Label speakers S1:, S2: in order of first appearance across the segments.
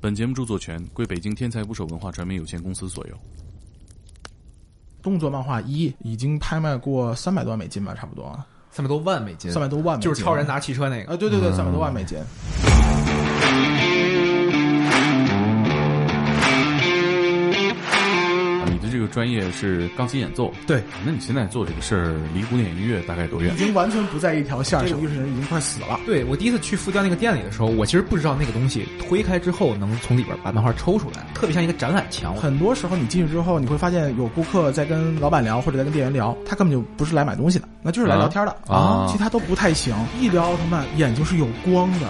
S1: 本节目著作权归北京天才捕手文化传媒有限公司所有。
S2: 动作漫画一已经拍卖过三百多万美金吧，差不多啊，
S3: 三百多万美金，呃
S2: 三百多万美金
S3: 就是超人拿汽车那个。嗯
S2: 啊，对对对，三百多万美金。
S1: 啊你的这个专业是钢琴演奏，啊
S2: 对，
S1: 那你现在做这个事儿离古典音乐大概多远
S2: 已？经完全不在一条线上，艺术人已经快死了。
S3: 对我第一次去复调那个店里的时候，我其实不知道那个东西推开之后能从里边把漫画抽出来，特别像一个展览 墙。
S2: 很多时候你进去之后，你会发现有顾客在跟老板聊，或者在跟店员聊，他根本就不是来买东西的，那就是来聊天的
S1: 啊
S2: 其他都不太行。一聊奥特曼，眼睛是有光的。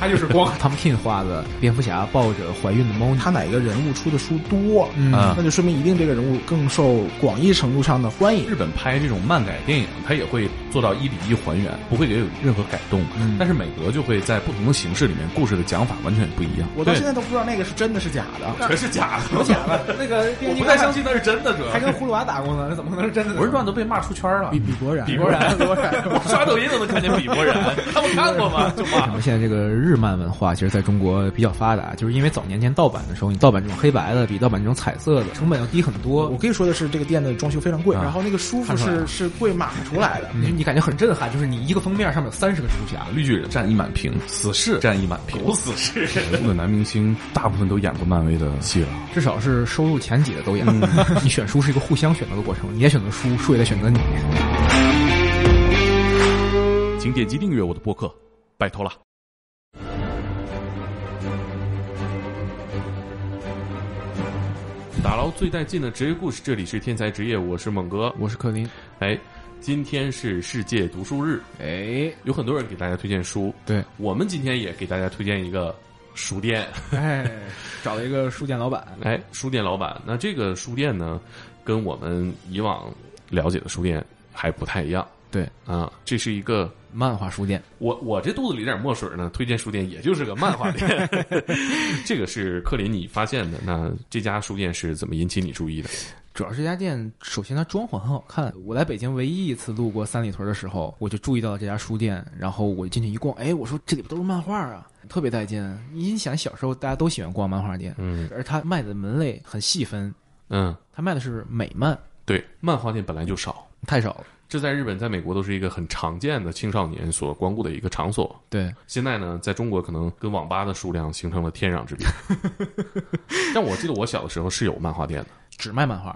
S3: 它就是光 Tom King 画的蝙蝠侠抱着怀孕的猫女，
S2: 他哪个人物出的书多，
S3: 嗯
S1: 啊
S2: 那就说明一定这个人物更受广义程度上的欢迎
S1: 日。本拍这种漫改电影，它也会做到一比一还原，不会给有任何改动。
S3: 嗯
S1: 但是每格就会在不同的形式里面，故事的讲法完全不一样。
S2: 我到现在都不知道那个是真的是假的。
S1: 全是假 的， 哎
S3: 那个
S1: 我不太相信那是真的，主要
S3: 还跟葫芦娃打过呢，那怎么可能是真的呢？
S1: 文段都被骂出圈了。
S2: 比比伯然，
S1: 比伯然， 我刷抖音都能看见比伯然， 他们看过吗？就
S3: 为什
S1: 骂。
S3: 么现在这个日漫文化其实在中国比较发达，就是因为早年间盗版的时候，你盗版这种黑白的比盗版这种彩色的成本要低很多
S2: 我。可以说的是，这个店的装修非常贵，
S3: 啊
S2: 然后那个舒服
S3: 看出来
S2: 是
S3: 了
S2: 是贵码出来的。
S3: 你你感觉很震撼，就是你一个封面上面有三十个蜘蛛侠，
S1: 绿巨人占一满屏，死侍占一满屏，狗死侍。全部的男明星大部分都演过漫威的戏了。
S3: 至少是收入前几的都演。 你选书是一个互相选择的过程，你也选择书，书也在选择你。
S1: 请点击订阅我的播客，拜托了。打捞最带劲的职业故事，这里是天才职业，我是猛哥。
S3: 我是克林，
S1: 哎，今天是世界读书日，
S3: 哎，
S1: 有很多人给大家推荐书，
S3: 对，
S1: 我们今天也给大家推荐一个书店。
S3: 哎，找了一个书店老板，
S1: 哎，书店老板，那这个书店呢，跟我们以往了解的书店还不太一样
S3: 对，
S1: 啊。这是一个
S3: 漫画书店，
S1: 我我这肚子里有点墨水呢，推荐书店也就是个漫画店。 这个是克林你发现的，那这家书店是怎么引起你注意的？
S3: 主要是这家店，首先它装潢很好看。我来北京唯一一次路过三里屯的时候，我就注意到了这家书店，然后我进去一逛，哎，我说这里边都是漫画啊，特别带劲。你想小时候大家都喜欢逛漫画店，
S1: 嗯
S3: 而它卖的门类很细分，
S1: 嗯，
S3: 它卖的是美漫，
S1: 对，漫画店本来就少，
S3: 太少了。
S1: 这在日本、在美国都是一个很常见的青少年所光顾的一个场所。
S3: 对，
S1: 现在呢，在中国可能跟网吧的数量形成了天壤之别。但我记得我小的时候是有漫画店的，
S3: 只卖漫画，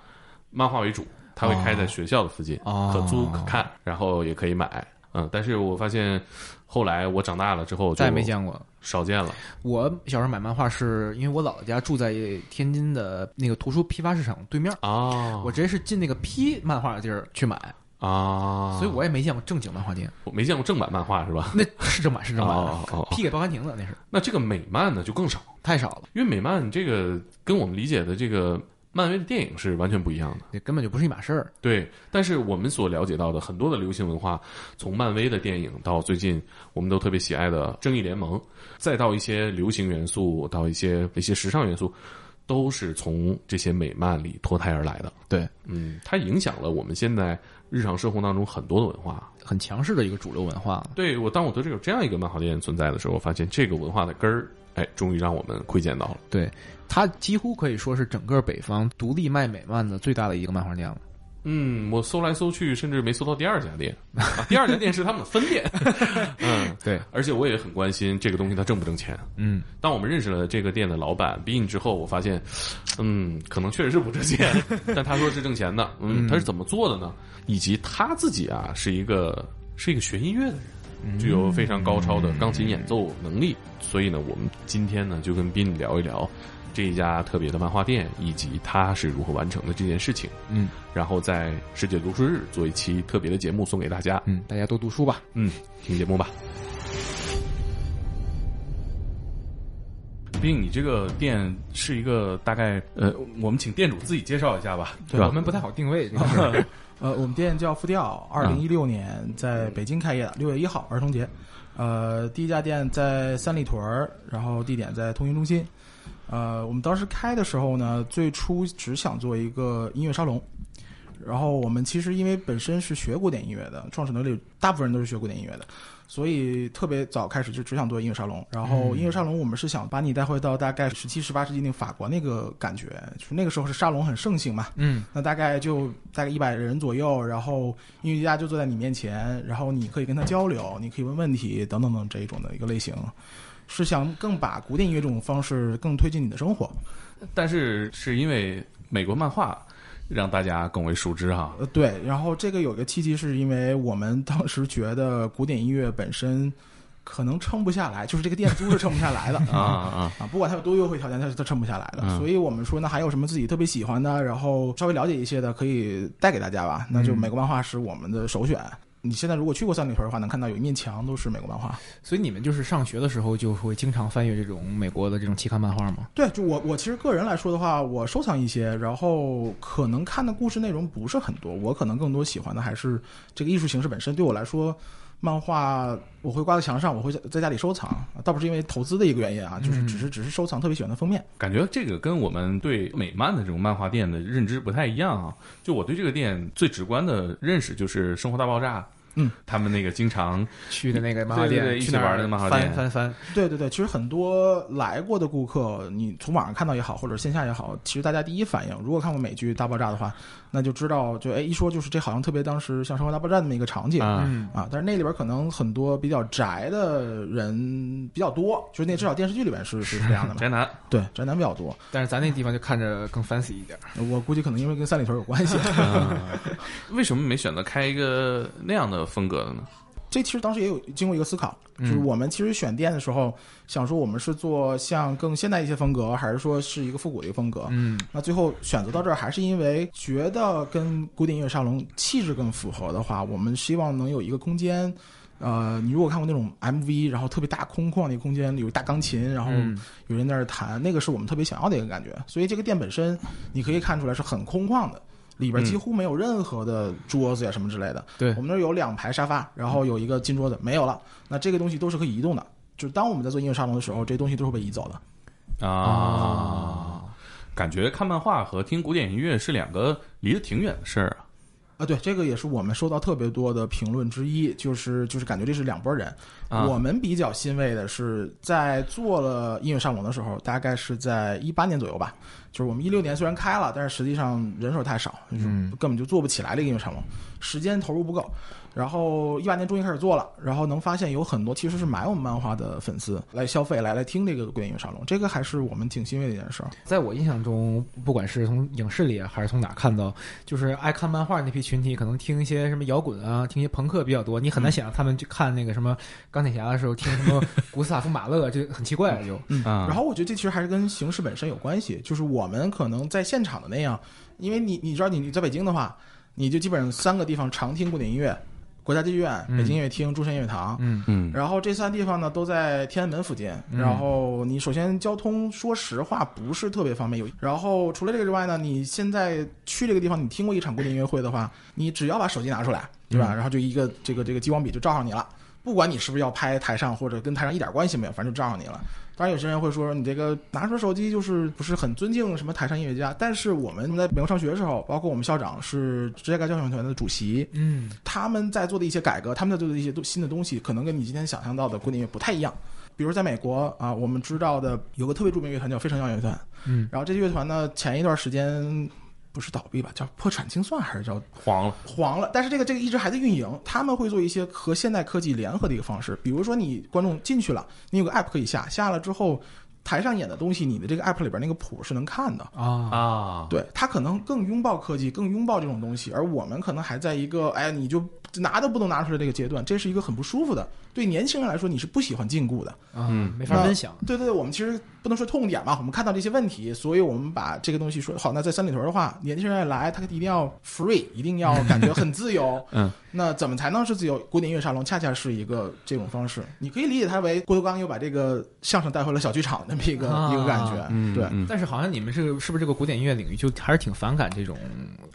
S1: 漫画为主，它会开在学校的附近，
S3: 哦
S1: 可租可看，然后也可以买。嗯，但是我发现后来我长大了之后就
S3: 再也没见过了。
S1: 少见了。
S3: 我小时候买漫画是因为我姥姥家住在天津的那个图书批发市场对面儿，
S1: 啊，
S3: 我直接是进那个批漫画的地儿去买，
S1: 啊，
S3: 所以我也没见过正经漫画店。
S1: 我没见过正版漫画是吧？
S3: 那是正版是正版
S1: 哦哦哦，
S3: 批给报刊亭的那是
S1: 那这个美漫呢就更少，
S3: 太少了，
S1: 因为美漫这个跟我们理解的这个漫威的电影是完全不一样的。
S3: 这根本就不是一码事儿。
S1: 对，但是我们所了解到的很多的流行文化，从漫威的电影到最近我们都特别喜爱的《正义联盟》，再到一些流行元素，到一些一些时尚元素，都是从这些美漫里脱胎而来的。
S3: 对，
S1: 嗯，它影响了我们现在日常生活当中很多的文化。
S3: 很强势的一个主流文化了。
S1: 对我，当我得知有这样一个漫画店存在的时候，我发现这个文化的根儿，哎，终于让我们窥见到了。
S3: 对，它几乎可以说是整个北方独立卖美漫的最大的一个漫画店了。
S1: 嗯，我搜来搜去，甚至没搜到第二家店。啊、第二家店是他们的分店。嗯，
S3: 对，
S1: 而且我也很关心这个东西它挣不挣钱。
S3: 嗯，
S1: 当我们认识了这个店的老板 Bin 之后，我发现，嗯，可能确实是不挣 钱，但他说是挣钱的。嗯，
S3: 嗯
S1: 他是怎么做的呢？以及他自己啊，是一个是一个学音乐的
S3: 嗯
S1: 人，具有非常高超的钢琴演奏能力。所以呢，我们今天呢就跟 Bin 聊一聊这一家特别的漫画店，以及他是如何完成的这件事情。
S3: 嗯
S1: 然后在世界读书日做一期特别的节目送给大家。
S3: 嗯，大家多读书吧。
S1: 嗯，听节目吧。毕竟你这个店是一个大概呃，我们请店主自己介绍一下吧，对吧？
S3: 我们不太好定位，这个 事儿
S2: 呃，我们店叫复调，二零一六年在北京开业的，六月一号儿童节。呃，第一家店在三里屯儿，然后地点在通讯中心。呃，我们当时开的时候呢，最初只想做一个音乐沙龙。然后我们其实因为本身是学古典音乐的，创始团队大部分人都是学古典音乐的，所以特别早开始就只想做音乐沙龙。然后音乐沙龙，我们是想把你带回到大概十七、十八世纪那个法国那个感觉，就是那个时候是沙龙很盛行嘛。
S3: 嗯，
S2: 那大概就大概一百人左右，然后音乐家就坐在你面前，然后你可以跟他交流，你可以问问题等等等这一种的一个类型，是想更把古典音乐这种方式更推进你的生活。
S1: 但是是因为美国漫画让大家更为熟知哈。
S2: 呃，对，然后这个有一个契机，是因为我们当时觉得古典音乐本身可能撑不下来，就是这个店租是撑不下来的
S1: 啊啊，
S2: 啊，不管它有多优惠条件，它是它撑不下来的。
S1: 嗯
S2: 所以我们说，那还有什么自己特别喜欢的，然后稍微了解一些的，可以带给大家吧？那就美国漫画是我们的首选。你现在如果去过三里屯的话，能看到有一面墙都是美国漫画。
S3: 所以你们就是上学的时候就会经常翻阅这种美国的这种期刊漫画吗？
S2: 对，就我我其实个人来说的话，我收藏一些，然后可能看的故事内容不是很多，我可能更多喜欢的还是这个艺术形式本身。对我来说，漫画我会挂在墙上，我会在在家里收藏，倒不是因为投资的一个原因啊，就是只是只是收藏特别喜欢的封面。
S1: 感觉这个跟我们对美漫的这种漫画店的认知不太一样啊。就我对这个店最直观的认识就是《生活大爆炸》，
S2: 嗯，
S1: 他们那个经常
S3: 去的那个漫画店，
S1: 对对对
S3: 去那
S1: 一
S3: 儿
S1: 起玩的漫画店
S3: 翻翻翻，
S2: 对对对，其实很多来过的顾客，你从网上看到也好，或者线下也好，其实大家第一反应，如果看过美剧《大爆炸》的话，那就知道，就哎一说就是这好像特别当时像《生活大爆炸》那么一个场景
S1: 啊
S3: 嗯，
S2: 啊，但是那里边可能很多比较宅的人比较多，就是那至少电视剧里边是是这样的嘛，
S1: 宅男，
S2: 对，宅男比较多。
S3: 但是咱那地方就看着更 fancy 一点儿。
S2: 我估计可能因为跟三里屯有关系，
S1: 为什么没选择开一个那样的风格的呢？
S2: 这其实当时也有经过一个思考，就是我们其实选店的时候想说我们是做像更现代一些风格，还是说是一个复古的一个风格？
S3: 嗯，
S2: 那最后选择到这儿，还是因为觉得跟古典音乐沙龙气质更符合的话，我们希望能有一个空间。呃，你如果看过那种 MV，然后特别大空旷的一个空间，有一大钢琴，然后
S3: 嗯
S2: 有人在那儿弹，那个是我们特别想要的一个感觉。所以这个店本身，你可以看出来是很空旷的，里边几乎没有任何的桌子呀什么之类的。
S3: 嗯对嗯
S2: 我们那儿有两排沙发，然后有一个金桌子，没有了。那这个东西都是可以移动的，就是当我们在做音乐沙龙的时候，这东西都是会被移走的。
S1: 啊，感觉看漫画和听古典音乐是两个离得挺远的事儿啊。
S2: 啊，对，这个也是我们收到特别多的评论之一，就是就是感觉这是两拨人。
S1: 啊
S2: 我们比较欣慰的是，在做了音乐上网的时候，大概是在一八年左右吧，就是我们一六年虽然开了，但是实际上人手太少，就是根本就做不起来这个音乐上网，时间投入不够。然后一八年终于开始做了，然后能发现有很多其实是买我们漫画的粉丝来消费，来来听这个古典音乐沙龙，这个还是我们挺欣慰的一件事儿。
S3: 在我印象中，不管是从影视里啊还是从哪看到，就是爱看漫画那批群体，可能听一些什么摇滚啊，听一些朋克比较多。你很难想象他们去看那个什么钢铁侠的时候听什么古斯塔夫马勒，这很奇怪就。
S1: 啊，
S2: 嗯然后我觉得这其实还是跟形式本身有关系，就是我们可能在现场的那样，因为你你知道你你在北京的话，你就基本上三个地方常听古典音乐，国家剧院、北京音乐厅、中山音乐堂。
S3: 嗯
S1: 嗯
S2: 然后这三地方呢都在天安门附近，然后你首先交通说实话不是特别方便，有然后除了这个之外呢，你现在去这个地方，你听过一场古典音乐会的话，你只要把手机拿出来，对吧？然后就一个这个这个激光笔就照上你了，不管你是不是要拍台上或者跟台上一点关系没有，反正就照上你了。当然，有些人会说你这个拿出手机就是不是很尊敬什么台上音乐家，但是我们在美国上学的时候，包括我们校长是职业该教育团的主席，
S3: 嗯，
S2: 他们在做的一些改革，他们在做的一些都新的东西，可能跟你今天想象到的古典乐不太一样。比如在美国啊，我们知道的有个特别著名乐团叫非常摇滚乐团，
S3: 嗯，
S2: 然后这乐团呢前一段时间不是倒闭吧，叫破产清算还是叫
S1: 黄了，
S2: 黄了，但是这个这个一直还在运营，他们会做一些和现代科技联合的一个方式，比如说你观众进去了，你有个 app 可以下，下了之后台上演的东西，你的这个 app 里边那个谱是能看的，
S3: 啊，
S1: 啊，
S2: 对他可能更拥抱科技，更拥抱这种东西，而我们可能还在一个哎，你就拿都不能拿出来这个阶段，这是一个很不舒服的。对年轻人来说，你是不喜欢禁锢的。
S3: 嗯，没法
S2: 那
S3: 分享。
S2: 对对对，我们其实不能说痛点嘛，我们看到这些问题，所以我们把这个东西说好。那在三里屯的话，年轻人来，他一定要 free，一定要感觉很自由。
S1: 嗯，
S2: 那怎么才能是自由？古典音乐沙龙恰恰是一个这种方式。你可以理解它为郭德纲又把这个相声带回了小剧场那么一个、一个感觉。
S1: 嗯，
S2: 对。
S1: 嗯
S3: 但是好像你们这个是不是这个古典音乐领域就还是挺反感这种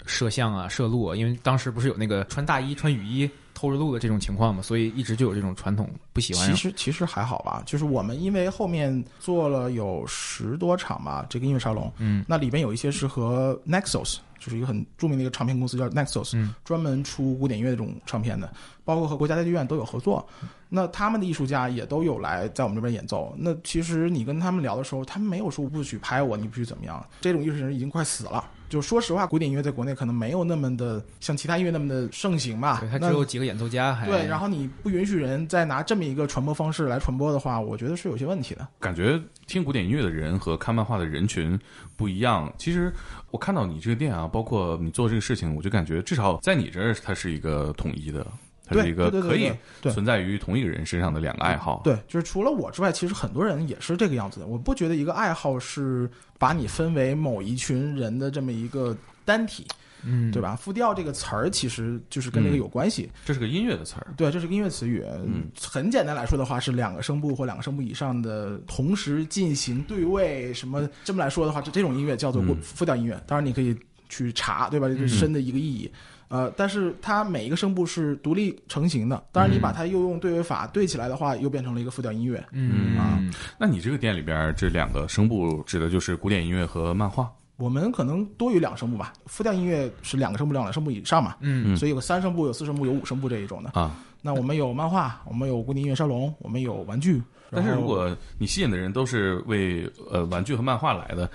S3: 摄像啊、摄录啊？因为当时不是有那个穿大衣、穿雨衣偷着录的这种情况嘛，所以一直就有这种传统不喜欢
S2: 其。实其实还好吧，就是我们因为后面做了有十多场吧，这个音乐沙龙，
S3: 嗯，
S2: 那里边有一些是和 Nexus 就是一个很著名的一个唱片公司叫 Nexus，、
S3: 嗯
S2: 专门出古典音乐这种唱片的，包括和国家歌剧院都有合作。
S3: 嗯
S2: 那他们的艺术家也都有来在我们这边演奏。那其实你跟他们聊的时候，他们没有说不许拍我，你必须怎么样。这种艺术人已经快死了。就说实话，古典音乐在国内可能没有那么的像其他音乐那么的盛行吧
S3: 对，。他只
S2: 那
S3: 有几个演奏家
S1: 哎
S3: 还
S2: 对，然后你不允许人再拿这么一个传播方式来传播的话，我觉得是有些问题的。
S1: 感觉听古典音乐的人和看漫画的人群不一样。其实我看到你这个店啊，包括你做这个事情，我就感觉至少在你这儿，它是一个统一的，它是
S2: 对
S1: 一个
S2: 对对对
S1: 可以啊
S2: 对对
S1: 存在于同一个人身上的两个爱好。
S2: 对，就是除了我之外，其实很多人也是这个样子的。我不觉得一个爱好是把你分为某一群人的这么一个单体，
S3: 嗯，
S2: 对吧？复调这个词儿其实就
S1: 嗯
S2: 是跟这个有关系。
S1: 这是个音乐的词儿。
S2: 对，这是个音乐词语。
S1: 嗯
S2: 很简单来说的话，是两个声部或两个声部以上的同时进行对位，什么这么来说的话，这这种音乐叫做过
S1: 嗯
S2: 复调音乐。当然，你可以去查，对吧？这是深的一个意义。呃，但是它每一个声部是独立成型的。
S1: 嗯
S2: 当然，你把它又用对位法对起来的话，又变成了一个复调音乐。
S3: 嗯
S1: 啊那你这个店里边儿这两个声部指的就是古典音乐和漫画。
S2: 我们可能多于两声部吧，复调音乐是两个声部、两个声部以上嘛，
S3: 嗯
S2: 所以有三声部、有四声部、有五声部这一种的。
S1: 啊，
S2: 那我们有漫画，我们有古典音乐沙龙，我们有玩具。
S1: 但是
S2: 然后
S1: 如果你吸引的人都是为呃玩具和漫画来的，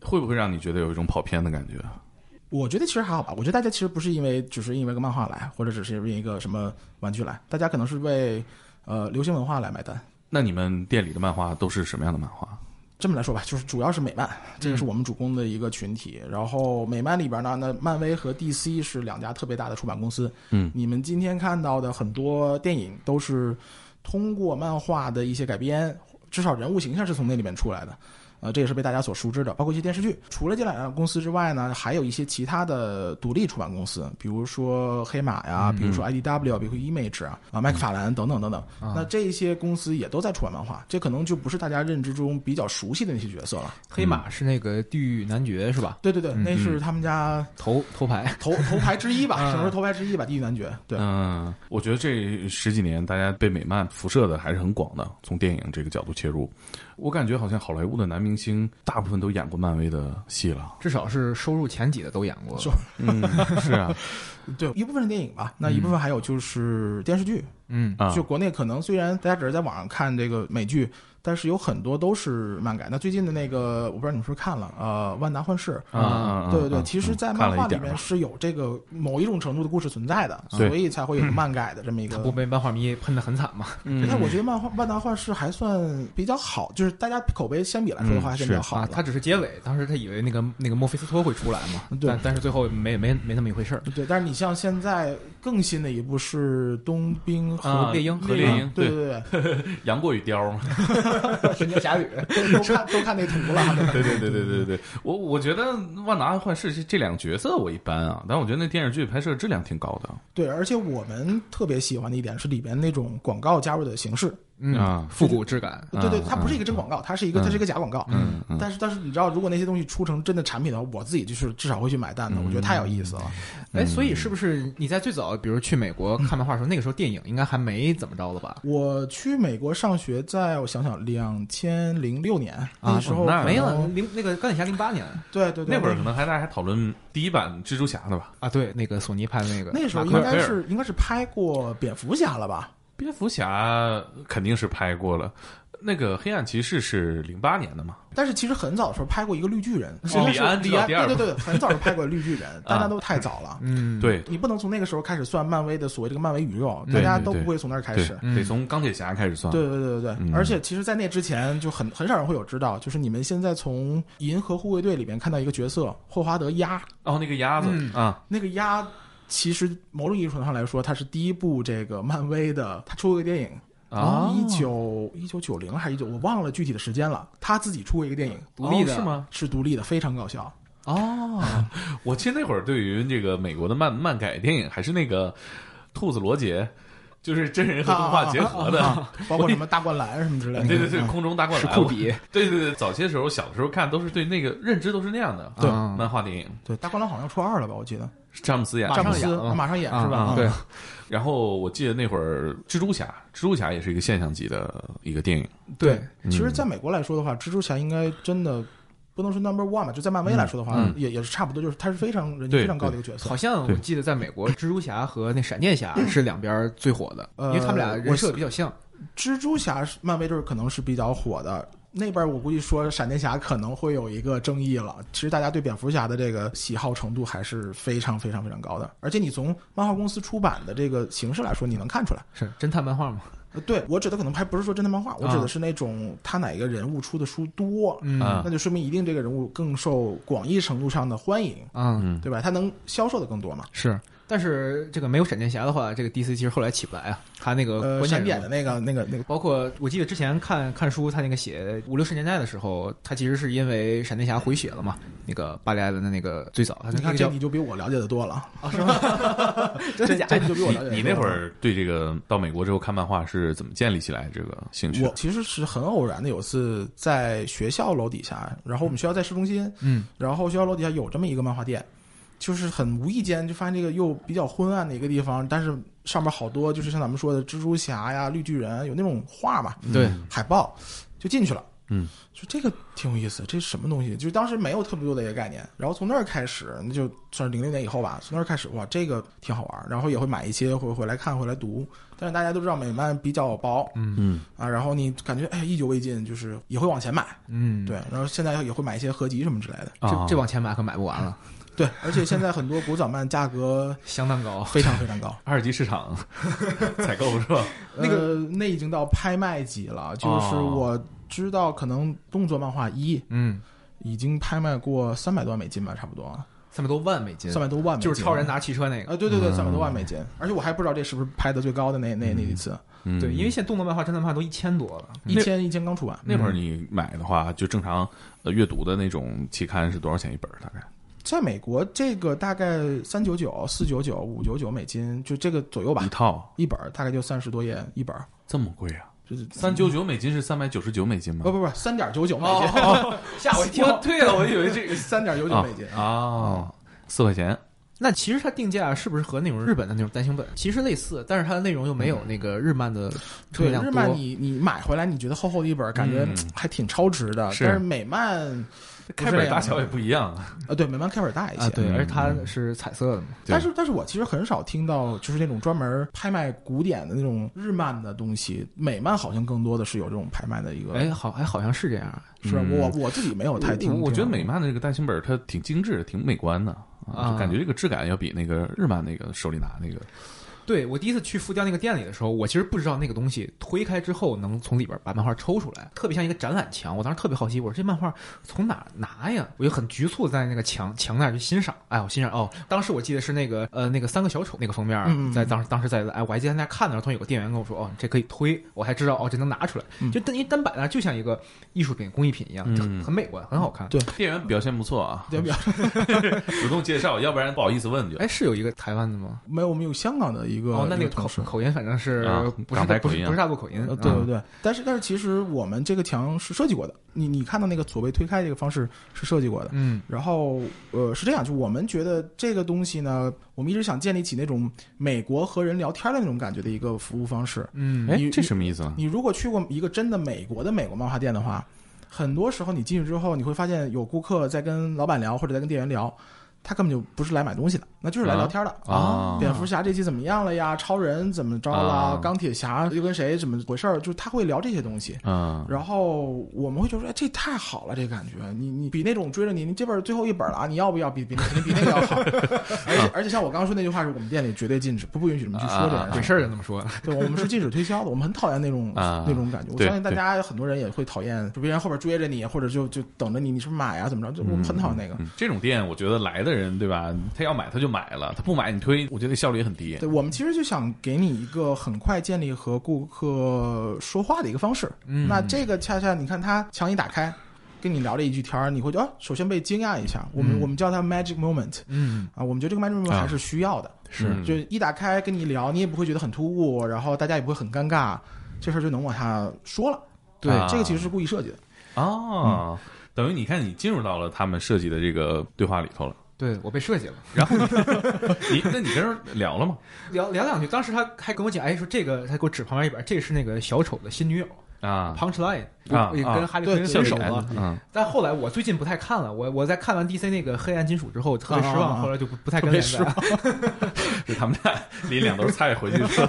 S1: 会不会让你觉得有一种跑偏的感觉？啊
S2: 我觉得其实还好吧，我觉得大家其实不是因为只是因为一个漫画来，或者只是因为一个什么玩具来，大家可能是为呃流行文化来买单。
S1: 那你们店里的漫画都是什么样的漫画？啊
S2: 这么来说吧，就是主要是美漫，这个是我们主攻的一个群体。然后美漫里边呢，那漫威和 DC 是两家特别大的出版公司。
S1: 嗯，
S2: 你们今天看到的很多电影都是通过漫画的一些改编，至少人物形象是从那里面出来的。呃，这也是被大家所熟知的，包括一些电视剧。除了这两家公司之外呢，还有一些其他的独立出版公司，比如说黑马呀，比如说 IDW，比如说 Image 啊，啊麦克法兰等等等等。那这些公司也都在出版漫画，这可能就不是大家认知中比较熟悉的那些角色了。
S3: 黑马是那个地狱男爵是吧？
S2: 对对对，那是他们家
S3: 头头牌，
S2: 头头牌之一吧，
S3: 嗯
S2: 只能说头牌之一吧，《地狱男爵》对。
S1: 嗯，我觉得这十几年大家被美漫辐射的还是很广的。从电影这个角度切入，我感觉好像好莱坞的男明星大部分都演过漫威的戏了。
S3: 至少是收入前几的都演过。
S2: 是
S1: 嗯，是啊，
S2: 对，一部分是电影吧，那一部分还有就是电视剧。
S3: 嗯
S1: 啊
S2: 就国内可能虽然大家只是在网上看这个美剧，但是有很多都是漫改。那最近的那个，我不知道你们是不是看了，呃，《万达幻视》。
S1: 啊啊，
S2: 对对
S1: 啊
S2: 对，其实，在漫
S1: 看了
S2: 画
S1: 一
S2: 里
S1: 点吧嗯
S2: 面是有这个某一种程度的故事存在的，
S1: 对
S2: 所以才会有漫改的这么一个。
S3: 不被漫画迷喷的很惨嘛？
S1: 嗯
S2: 但我觉得漫画《万达幻视》还算比较好，就是大家口碑相比来说的话，
S1: 嗯
S2: 还是比较
S1: 是
S2: 好
S3: 啊，
S2: 的。
S3: 他只是结尾，当时他以为那个那个墨菲斯托会出来嘛，
S2: 对
S3: 但但是最后没没没那么一回事儿。
S2: 对，但是你像现在更新的一部是《冬兵和
S3: 啊猎鹰
S1: 和猎鹰
S2: 对
S1: 对
S2: 对对
S1: 杨过与貂嘛。
S2: 对，神雕侠侣都都看都看那图了。对
S1: 对对对对对对，我我觉得万达幻视这这两个角色我一般啊，但我觉得那电视剧拍摄质量挺高的。
S2: 对，而且我们特别喜欢的一点是里边那种广告加入的形式。
S1: 啊
S3: 嗯，复古质感，
S2: 对对，
S1: 嗯
S2: 它不是一个真广告，它是一个它是一个假广告。
S1: 嗯嗯
S2: 但是但是你知道，如果那些东西出成真的产品的话，我自己就是至少会去买单的。我觉得太有意思了。
S1: 嗯
S3: 哎，所以是不是你在最早，比如去美国看漫画的时候，那个时候电影应该还没怎么着了吧？
S2: 我去美国上学在，我想想，两千零六年那
S3: 啊，
S2: 时候
S1: 那
S3: 没
S2: 然
S3: 了
S2: 后
S3: 零那个钢铁侠零八年
S2: 对对对，
S1: 那会儿可能还大家还讨论第一版蜘蛛侠呢吧？
S3: 啊，对，那个索尼拍的那个，
S2: 那时候
S3: 马
S2: 应
S3: 克
S2: 该是应该是拍过蝙蝠侠了吧？
S1: 蝙蝠侠肯定是拍过了，那个黑暗骑士是零八年的嘛？
S2: 但是其实很早的时候拍过一个绿巨人，
S1: 是
S2: 应该
S1: 李安
S2: 李
S1: 执导
S2: 安
S1: 第二
S2: 对
S1: 部啊
S2: 对对，很早就拍过绿巨 人，但那都太早了。
S3: 嗯，
S1: 对，
S2: 你不能从那个时候开始算漫威的所谓这个漫威宇宙，
S1: 对
S2: 大家都
S1: 对对
S2: 不会从那儿开
S1: 对
S2: 始。
S3: 嗯
S1: 得从钢铁侠开始算。
S2: 对对对对
S1: 嗯
S2: 对，而且其实，在那之前就很很少人会有知道，就是你们现在从《银河护卫队》里面看到一个角色霍华德鸭，
S1: 哦，那个鸭子、
S3: 嗯
S1: 啊，
S2: 那个鸭其实某种意义上来说，它是第一部这个漫威的，它出过一个电影
S1: 啊
S2: 一九一九九零还是一九，我忘了具体的时间了。他自己出过一个电影，
S3: 独立的
S1: 哦是吗？
S2: 是独立的，非常搞笑。
S3: 哦，
S1: 我记得那会儿对于这个美国的漫漫改电影，还是那个兔子罗杰，就是真人和动画结合的。
S2: 包括什么大灌篮什么之类的。
S1: 对对对，
S2: 嗯
S1: 空中大灌
S3: 啊是
S1: 篮，
S3: 库
S1: 我
S3: 比，
S1: 对对对，早些时候小的时候看都是对那个认知都是那样的。啊
S3: 对
S1: 漫画电影
S2: 对，大灌篮好像初二了吧？我记得
S1: 是詹姆斯演
S3: 马
S1: 的
S2: 詹
S3: 上。
S2: 姆斯
S3: 演了
S2: 马上演
S3: 啊
S2: 是吧
S1: 啊？
S3: 对
S2: 嗯，
S1: 然后我记得那会儿蜘蛛侠，蜘蛛侠也是一个现象级的一个电影。
S3: 对，
S1: 嗯
S2: 其实，在美国来说的话，蜘蛛侠应该真的不能说 number one 吧，就在漫威来说的话，
S1: 嗯嗯
S2: 也也是差不多，就是他是非常人气
S1: 对
S2: 非常高的一个角色
S3: 好。像我
S1: 对
S3: 记得在美国，蜘蛛侠和那闪电侠是两边最火的，因
S2: 呃
S3: 为他们俩人设比较像。
S2: 蜘蛛侠是漫威这儿可能是比较火的。那边我估计说闪电侠可能会有一个争议了。其实大家对蝙蝠侠的这个喜好程度还是非常非常非常高的，而且你从漫画公司出版的这个形式来说，你能看出来。
S3: 是侦探漫画嘛？
S2: 呃对我指的可能还不是说侦探漫画，我指的是那种他哪个人物出的书多，
S1: 啊
S3: 嗯
S2: 那就说明一定这个人物更受广义程度上的欢迎，
S3: 嗯，
S1: 嗯，
S2: 对吧？他能销售的更多嘛？
S3: 是。但是这个没有闪电侠的话，这个 DC 其实后来起不来啊。他那个
S2: 呃，
S3: 关
S2: 闪
S3: 键
S2: 点的
S3: 人物
S2: 那个那个那个，
S3: 包括我记得之前看看书，他那个写五六十年代的时候，他其实是因为闪电侠回血了嘛，那个巴里艾伦的那个最早，他
S2: 你
S3: 那
S2: 看
S3: 个
S2: 这
S3: 叫
S2: 你就比我了解的多了，
S3: 真的假
S2: 这
S3: 的
S2: 你就比我了解的多了
S1: 你那会儿对这个到美国之后看漫画是怎么建立起来这个兴趣
S2: 我？其实是很偶然的，有一次在学校楼底下，然后我们学校在市中心，
S3: 嗯，
S2: 然后学校楼底下有这么一个漫画店，就是很无意间就发现这个又比较昏暗的一个地方，但是上面好多就是像咱们说的蜘蛛侠呀、绿巨人有那种画嘛，
S3: 对，
S2: 海报，就进去了。
S1: 嗯，
S2: 说这个挺有意思，这是什么东西？就是当时没有特别多的一个概念，然后从那儿开始，那就算是零六年以后吧，从那儿开始，哇，这个挺好玩儿，然后也会买一些回回来看，回来读。但是大家都知道美漫比较薄，
S1: 嗯
S2: 啊，然后你感觉哎意犹未尽，就是也会往前买，
S3: 嗯，
S2: 对，然后现在也会买一些合集什么之类的，
S1: 啊
S3: 这这往前买可买不完了，
S2: 对，而且现在很多古早漫价格
S3: 相当高。
S2: 非常非常高，
S1: 二级市场 采购是吧？
S2: 那个、那已经到拍卖级了，就是
S1: 哦
S2: 我知道可能动作漫画一
S3: 嗯，
S2: 已经拍卖过三百多万美金吧，差不多
S3: 三百多万美金，
S2: 三百多万美金，啊
S3: 就是超人拿汽车那个。
S2: 啊，对对对，三百多万美金，而且我还不知道这是不是拍的最高的那那那一次，
S1: 嗯嗯
S3: 对，因为现在动作漫画、侦探漫画都一千嗯多了。
S2: 一千一千刚出完，
S1: 那会儿你买的话，就正常呃阅读的那种期刊是多少钱一本儿？大概？
S2: 在美国这个大概三九九、四九九、五九九美金，就这个左右吧
S1: 一，套
S2: 一本儿大概就三十多页一本儿，
S1: 这么贵啊？
S2: 就是哦
S1: 三九九美金是三百九十九美金吗
S2: 不？不不三点九九美金，
S3: 哦，吓我一跳！
S1: 对了，我以为这个
S2: 三点九九美金。
S1: 哦啊，四块钱。
S3: 那其实它定价是不是和那种日本的那种单行本其实类似，但是它的内容又没有那个日漫的
S2: 对
S3: 重量
S2: 日
S3: 多
S2: 漫，。你你买回来，你觉得厚厚的一本儿，感觉
S1: 嗯
S2: 还挺超值的。
S1: 是
S2: 但是美漫啊
S1: 开本大小也不一样，
S2: 呃，对美漫开本大一些。
S3: 啊，对，
S1: 嗯
S3: 而且它是彩色的嘛。
S1: 对
S2: 但是但是我其实很少听到就是那种专门拍卖古典的那种日漫的东西，美漫好像更多的是有这种拍卖的一个，
S3: 哎，好，哎，好像是这样
S2: 是吧
S1: 嗯
S2: 我我自己没有太听。
S1: 我我觉得
S2: 听
S1: 美漫的这个单行本儿它挺精致的，挺美观的
S3: 啊
S1: 就感觉这个质感要比那个日漫那个手里拿那个
S3: 对我第一次去复雕那个店里的时候，我其实不知道那个东西推开之后能从里边把漫画抽出来，特别像一个展览墙。我当时特别好奇，我说这漫画从哪儿拿呀？我就很局促在那个墙墙那儿去欣赏。哎，我欣赏哦，当时我记得是那个呃那个三个小丑那个封面，啊
S2: 嗯嗯
S3: 在当时当时在哎我还记得在那看的时候，突然有个店员跟我说哦这可以推，我还知道哦这能拿出来，就单因为单摆啊那儿就像一个艺术品工艺品一样，就很
S1: 嗯
S3: 很美观，很好看。
S2: 对
S1: 店员表现不错啊，
S2: 对表
S1: 主动介绍，要不然不好意思问就。
S3: 哎，是有一个台湾的吗？
S2: 没有，我们有香港的一个
S3: 哦，那那
S2: 一
S3: 个
S2: 同
S3: 口
S2: 事，
S3: 口音反正是
S1: 啊
S3: 不是
S1: 港台
S3: 不
S1: 口
S3: 是
S1: 音啊
S3: 不是大陆口音
S2: 呃，，对对
S3: 嗯
S2: 对，但是但是其实我们这个墙是设计过的，你你看到那个所谓推开这个方式是设计过的。
S3: 嗯。
S2: 然后呃是这样，就我们觉得这个东西呢，我们一直想建立起那种美国和人聊天的那种感觉的一个服务方式。
S3: 嗯
S1: 哎
S2: 你，
S1: 这什么意思啊？
S2: 你如果去过一个真的美国的美国漫画店的话，很多时候你进去之后，你会发现有顾客在跟老板聊或者在跟店员聊，他根本就不是来买东西的，那就是来聊天的。
S1: 啊
S2: 蝙蝠侠这期怎么样了呀？啊超人怎么着啦？
S1: 啊
S2: 钢铁侠又跟谁怎么回事儿？就是他会聊这些东西。
S1: 啊，
S2: 然后我们会觉得，哎，这太好了，这感觉，你你比那种追着你，你这本最后一本了啊，你要不要？比比肯定比那个要 好。而且而且像我刚刚说那句话，是我们店里绝对禁止，不不允许你们去说这
S1: 啊
S2: 件
S3: 鬼
S2: 事。
S3: 事儿就那么说，
S2: 对，我们是禁止推销的，我们很讨厌那种
S1: 啊
S2: 那种感觉。我
S1: 对
S2: 相信大家很多人也会讨厌，就别人后边追着你，或者就就等着你，你是不是买啊呀？怎么着？就我们很讨厌那个。
S1: 嗯这种店，我觉得来的人对吧？他要买他就买了，他不买你推，我觉得效率也很低。
S2: 对，我们其实就想给你一个很快建立和顾客说话的一个方式。
S3: 嗯
S2: 那这个恰恰你看他墙一打开，跟你聊了一句天儿，你会觉得、啊、首先被惊讶一下。我们、
S3: 嗯
S2: 我们叫它 magic moment
S3: 嗯，
S2: 啊，我们觉得这个 magic moment
S1: 啊
S2: 还是需要的，
S1: 是
S2: 就一打开跟你聊，你也不会觉得很突兀，然后大家也不会很尴尬，这事儿就能往下说了。
S1: 对
S2: 这个其实是故意设计的。
S1: 啊，等于你看你进入到了他们设计的这个对话里头了。
S3: 对我被设计了，
S1: 然后你你那你跟人聊了吗？
S3: 聊聊两句，当时他还跟我讲，哎，说这个，他给我指旁边一本，这是那个小丑的新女友，
S1: 啊
S3: Punchline，
S1: 啊
S3: 我也
S1: 啊
S3: 跟哈利
S2: 对
S3: 奎恩
S2: 对对
S3: 联手
S2: 对
S3: 了。
S1: 嗯，
S3: 但后来我最近不太看了，我我在看完 DC 那个黑暗金属之后特别失
S2: 啊啊
S3: 望，
S2: 啊
S3: 后来就不不太
S1: 特
S3: 跟
S1: 别
S3: 了。
S1: 失望，就他们俩拎两兜菜回去 说，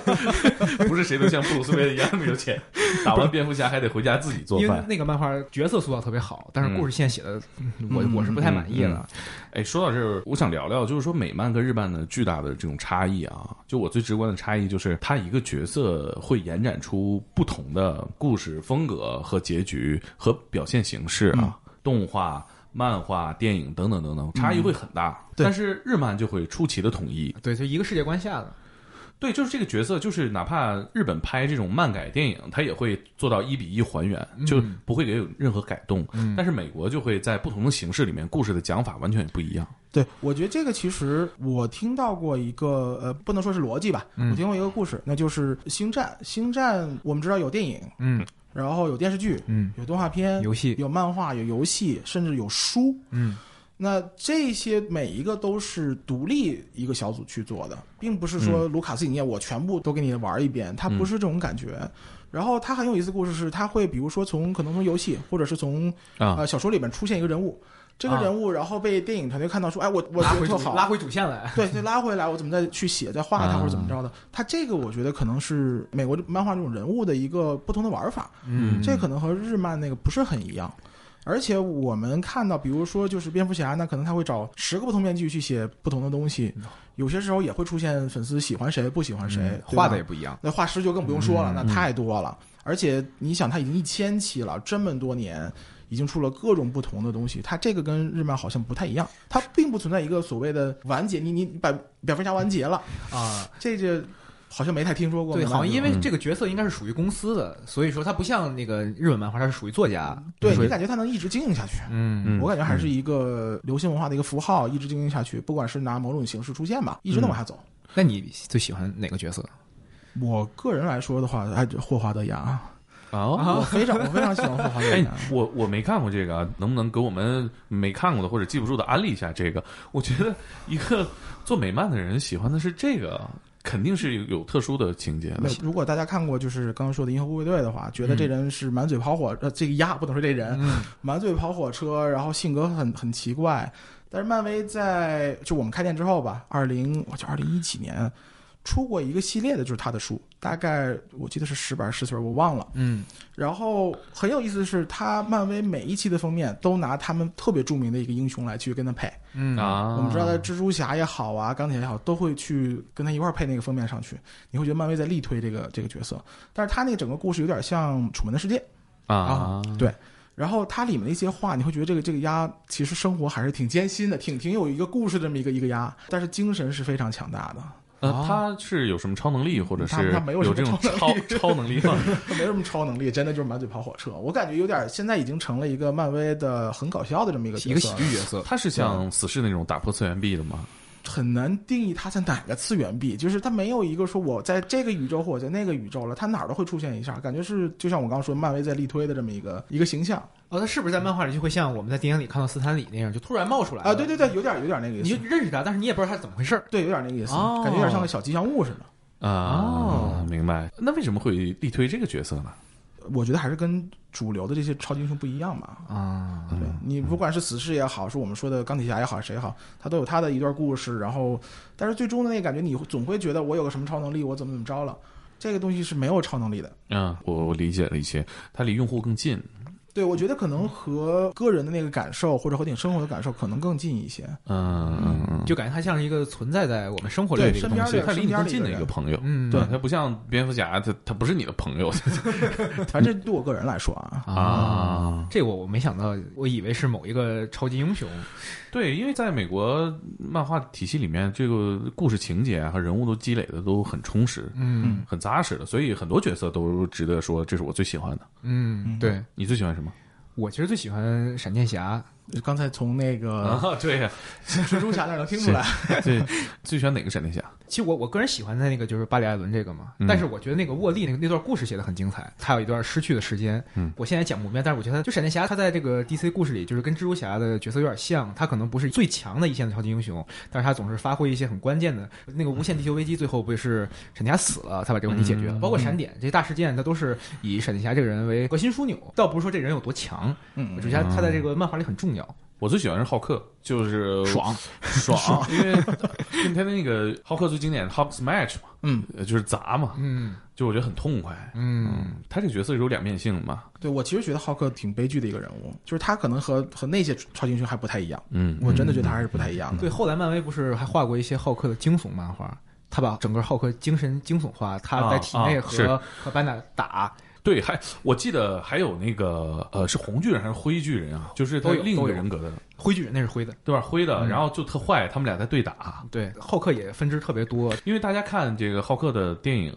S1: 不是谁都像布鲁斯韦恩一样那么有钱，打完蝙蝠侠还得回家自己做
S3: 因为
S1: 饭。
S3: 那个漫画角色塑造特别好，但
S1: 嗯
S3: 是故事线写的，嗯我
S2: 嗯
S3: 我是不太满意
S1: 嗯
S3: 的。
S1: 哎，说到这儿，我想聊聊，就是说美漫跟日漫的巨大的这种差异啊。就我最直观的差异就是，它一个角色会延展出不同的故事风格和结局和表现形式啊，
S3: 嗯
S1: 动画、漫画、电影等等等等，差异会很大。
S2: 对
S1: 但是日漫就会出奇的统一。
S3: 对，就一个世界观下的，
S1: 对，就是这个角色，就是哪怕日本拍这种漫改电影，它也会做到一比一还原，就
S2: 嗯
S1: 不会给有任何改动。但是美国就会在不同的形式里面，故事的讲法完全不一样。
S2: 对，我觉得这个其实我听到过一个呃，不能说是逻辑吧，我听过一个故事，那就是《星战》。《星战》我们知道有电影，
S3: 嗯
S2: 然后有电视剧，
S3: 嗯，
S2: 有动画片，
S3: 游戏
S2: 有漫画，有游戏，甚至有书。
S3: 嗯，
S2: 那这些每一个都是独立一个小组去做的，并不是说
S3: 嗯
S2: 卢卡斯影业我全部都给你玩一遍，它不是这种感觉。然后它很有意思，故事是它会比如说从可能从游戏或者是从
S1: 啊
S2: 呃小说里面出现一个人物，这个
S3: 啊
S2: 人物然后被电影团队看到说，哎，我我
S3: 拉
S2: 觉得
S3: 回
S2: 特
S3: 主
S2: 好，
S3: 拉回主线来。
S2: 对，就拉回来，我怎么再去写、再画它或者怎么着
S3: 啊
S2: 的？它这个我觉得可能是美国漫画这种人物的一个不同的玩法，
S1: 嗯
S2: 这可能和日漫那个不是很一样。而且我们看到，比如说就是蝙蝠侠，那可能他会找十个不同面具去写不同的东西，
S3: 嗯
S2: 有些时候也会出现粉丝喜欢谁不喜欢谁，对吧
S3: 画的也不一样。
S2: 那画师就更不用说
S3: 嗯
S2: 了，那太多了。而且你想，他已经一千期了，这么多年，已经出了各种不同的东西。它这个跟日漫好像不太一样，它并不存在一个所谓的完结。你你你把蝙蝠侠完结了，
S3: 啊，
S2: 这这好像没太听说过。
S3: 对，
S2: 没太
S3: 好像因
S2: 听说
S3: 为这个角色应该是属于公司的，所以说它不像那个日本漫画，它是属于作家。
S2: 过对
S1: 所以
S2: 你感觉它能一直经营下去。
S3: 嗯
S1: 嗯
S2: 我感觉还是一个流行文化的一个符号，一直经营下去，不管是拿某种形式出现吧，
S1: 嗯
S2: 一直能往下走。
S3: 那你最喜欢哪个角色？
S2: 我个人来说的话，还霍华德雅，啊
S1: 哦。
S2: 我非常我非常喜欢霍华德
S1: 哎，
S2: 雅。
S1: 我我没看过这个啊，能不能给我们没看过的或者记不住的安利一下这个？我觉得一个做美漫的人喜欢的是这个，肯定是有特殊的情节的
S2: 没有。如果大家看过就是刚刚说的《银河护卫队》的话，觉得这人是满嘴跑火，呃，这个鸭不能说这人， 满嘴跑火车，然后性格很很奇怪。但是漫威在就我们开店之后吧，二零我记二零一几年出过一个系列的，就是他的书，大概我记得是十本还是十几本，我忘了。
S3: 嗯
S2: 然后很有意思的是，他漫威每一期的封面都拿他们特别著名的一个英雄来去跟他配。
S3: 嗯，
S1: 啊，
S2: 我们知道，在蜘蛛侠也好啊，钢铁也好，都会去跟他一块儿配那个封面上去。你会觉得漫威在力推这个这个角色，但是他那个整个故事有点像《楚门的世界》
S1: 啊，
S3: 嗯
S2: 对。然后它里面的一些话，你会觉得这个这个鸭其实生活还是挺艰辛的，挺挺有一个故事的这么一个一个鸭，但是精神是非常强大的，
S1: 呃，
S3: 啊
S1: 他是有什么超能力，或者
S2: 他
S1: 是
S2: 他没有什么
S1: 这种
S2: 超
S1: 超
S2: 能力
S1: 超能力吗？
S2: 没什么超能力，真的就是满嘴跑火车。我感觉有点现在已经成了一个漫威的很搞笑的这么一个角色
S3: 一个喜剧角色。
S1: 他是像死侍那种打破次元壁的吗？
S2: 很难定义它在哪个次元壁，就是它没有一个说我在这个宇宙或者在那个宇宙了，它哪儿都会出现一下，感觉是就像我刚刚说，漫威在力推的这么一个一个形象
S3: 哦，他是不是在漫画里就会像我们在电影里看到斯坦李那样，就突然冒出来
S2: 啊，对，对对，有点有点那个意
S3: 你
S2: 思
S3: 就，认识他，但是你也不知道他是怎么回事儿。
S2: 对，有点那个意思，
S3: 哦
S2: 感觉有点像个小吉祥物似的。
S1: 啊
S3: 哦，
S1: 明白。那为什么会力推这个角色呢？
S2: 我觉得还是跟主流的这些超级英雄不一样吧。
S3: 啊，
S2: 对你不管是死侍也好，是我们说的钢铁侠也好，谁也好，他都有他的一段故事。然后，但是最终的那个感觉，你总会觉得我有个什么超能力，我怎么怎么着了，这个东西是没有超能力的。
S1: 嗯，我我理解了一些，他离用户更近。
S2: 对，我觉得可能和个人的那个感受，或者和你生活的感受，可能更近一 些。
S1: 嗯嗯嗯，
S3: 就感觉他像是一个存在在我们生活里
S2: 对
S3: 的一个
S2: 身
S3: 东
S2: 边
S3: 西
S2: 的。
S1: 他离你更近的一
S2: 身边的一个
S1: 个
S2: 人
S1: 朋友。
S3: 嗯，
S1: 对，他不像蝙蝠侠，他他不是你的朋 友
S2: 反正对我个人来说啊，
S3: 啊。。这我我没想到，我以为是某一个超级英雄。
S1: 对，因为在美国漫画体系里面，这个故事情节啊和人物都积累的都很充实、
S3: 嗯
S1: 很扎实的，所以很多角色都值得说这是我最喜欢的。
S3: 嗯，对
S1: 你最喜欢什么？
S3: 我其实最喜欢闪电侠，
S2: 刚才从那个
S1: 啊， 对呀，
S2: 蜘蛛侠那儿能听出来，
S1: 对，最喜欢哪个闪电侠？
S3: 其实我我个人喜欢他那个就是巴里·艾伦这个嘛，
S1: 嗯
S3: 但是我觉得那个沃利那个那段故事写的很精彩，他有一段失去的时间，
S1: 嗯
S3: 我现在讲不明白，但是我觉得就闪电侠他在这个 DC 故事里就是跟蜘蛛侠的角色有点像，他可能不是最强的一线的超级英雄，但是他总是发挥一些很关键的那个无限地球危机，最后不是闪电侠死了，他把这个问题解决了，
S1: 嗯
S3: 包括闪点这些大事件，他都是以闪电侠这个人为核心枢纽，倒不是说这人有多强，
S2: 嗯
S3: 只，是他他在这个漫画里很重要，
S1: 我最喜欢是浩克，就是
S3: 爽，
S1: 爽，因为因为他那个浩克最经典的 Hulk Smash 嘛，
S2: 嗯，
S1: 呃就是砸嘛，
S3: 嗯
S1: 就我觉得很痛快。
S3: 嗯。
S1: 嗯，他这个角色是有两面性的嘛，
S2: 对我其实觉得浩克挺悲剧的一个人物，就是他可能和和那些超级英雄还不太一样，
S1: 嗯，
S2: 我真的觉得他还是不太一样的。
S3: 对，后来漫威不是还画过一些浩克的惊悚漫画，他把整个浩克精神惊悚化，他在体内
S1: 啊啊
S3: 和、
S1: 是
S3: 和班纳打，
S1: 对，还我记得还有那个呃，是红巨人还是灰巨人啊？就是他
S3: 都有
S1: 另一个
S3: 都有
S1: 人格的，
S3: 灰巨人那是灰的，
S1: 对吧？灰的，
S3: 嗯
S1: 然后就特坏，他们俩在对打。
S3: 对，浩克也分支特别多，
S1: 因为大家看这个浩克的电影，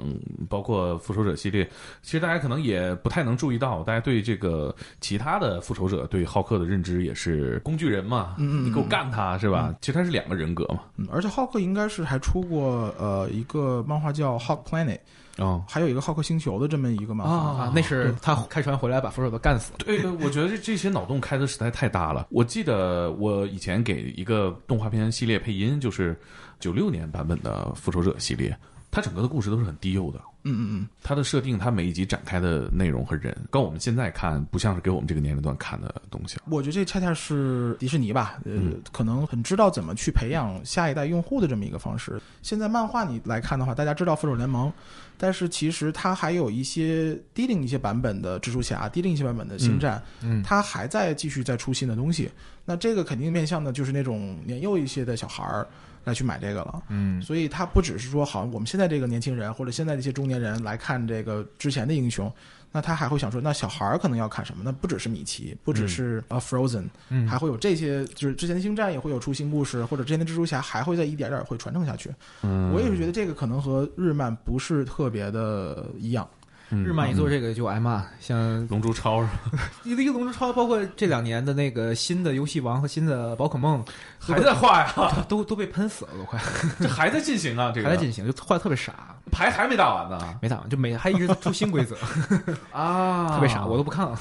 S1: 包括复仇者系列，其实大家可能也不太能注意到，大家对这个其他的复仇者对浩克的认知也是工具人嘛，
S2: 嗯嗯嗯
S1: 你给我干他是吧？其实他是两个人格嘛。
S2: 嗯，而且浩克应该是还出过呃一个漫画叫《Hawk Planet》，
S1: 哦，
S2: 还有一个《浩克星球》的这么一个漫画。
S3: 啊，那是
S1: 嗯
S3: 他开船回来把福手都干死了，
S1: 对对，我觉得这这些脑洞开的实在太大了。我记得我以前给一个动画片系列配音，就是九六年版本的《复仇者》系列，它整个的故事都是很低幼的。
S2: 嗯嗯嗯，
S1: 它的设定，它每一集展开的内容和人，跟我们现在看不像是给我们这个年龄段看的东西了。
S2: 我觉得这恰恰是迪士尼吧，呃，
S3: 嗯
S2: 可能很知道怎么去培养下一代用户的这么一个方式。现在漫画你来看的话，大家知道复仇者联盟，但是其实它还有一些低龄一些版本的蜘蛛侠，低龄一些版本的星战，
S3: 嗯
S2: 它还在继续在出新的东西。那这个肯定面向的就是那种年幼一些的小孩儿来去买这个了。
S3: 嗯，
S2: 所以它不只是说，好像我们现在这个年轻人或者现在这些中年人来看这个之前的英雄，那他还会想说，那小孩儿可能要看什么？那不只是米
S1: 嗯
S2: 奇，不只是呃 Frozen，、
S3: 嗯
S2: 还会有这些，就是之前的星战也会有出新故事，或者之前的蜘蛛侠还会在一点点儿会传承下去。
S1: 嗯
S2: 我也是觉得这个可能和日漫不是特别的一样。
S1: 嗯
S3: 日漫一做这个就挨骂，像
S1: 龙珠超 是吧
S3: 一个一个龙之超，包括这两年的那个新的游戏王和新的宝可梦，
S1: 还在画呀，
S3: 都都被喷死了，都快
S1: 这还在进行啊，啊这个
S3: 还在进行，就画的特别傻，
S1: 牌还没打完呢
S3: 没打完就没还一直出新规则，
S1: 啊
S3: 特别傻，我都不看了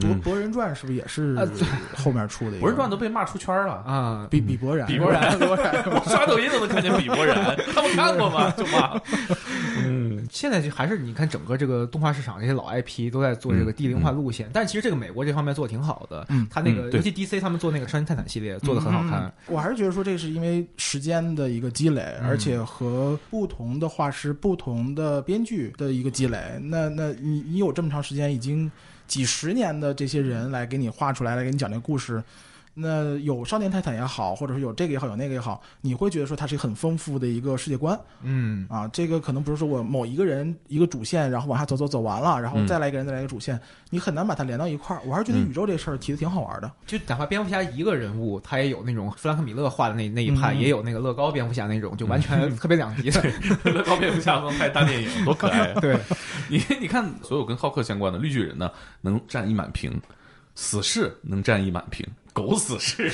S2: 博博人传是不是也是
S3: 啊
S2: 后面出的
S1: 嗯呃
S2: 一个？
S1: 博人传都被骂出圈了。
S3: 啊。
S2: 比比博然，
S1: 比伯然
S2: 博然。
S1: 我刷抖音都能看见比伯然，他们看过吗？就骂。嗯，
S3: 现在就还是你看整个这个动画市场，这些老 IP 都在做这个低龄化路线，但其实这个美国这方面做的挺好的，
S2: 嗯
S3: 他那个、
S1: 嗯对
S3: 尤其 DC 他们做那个《超人泰坦》系列做的很好看，
S2: 我还是觉得说这是因为时间的一个积累，
S3: 嗯
S2: 而且和不同的画师、不同的编剧的一个积累。那那你你有这么长时间，已经几十年的这些人来给你画出来，来给你讲这个故事。那有少年泰坦也好，或者说有这个也好，有那个也好，你会觉得说它是一个很丰富的一个世界观
S3: 嗯
S2: 啊。这个可能不是说我某一个人一个主线，然后往下走走走完了，然后
S1: 嗯
S2: 再来一个人再来一个主线，你很难把它连到一块儿。我还是觉得
S1: 嗯
S2: 宇宙这事儿提的挺好玩的。
S3: 就哪怕蝙蝠侠一个人物，他也有那种弗兰克米勒画的那那一派，
S2: 嗯
S3: 也有那个乐高蝙蝠侠那种，就完全特别 两极的，
S1: 乐高蝙蝠侠能拍大电影，多可爱啊！
S3: 对，
S1: 你你看，所有跟浩克相关的绿巨人呢，能占一满屏；死侍能占一满屏，狗死侍，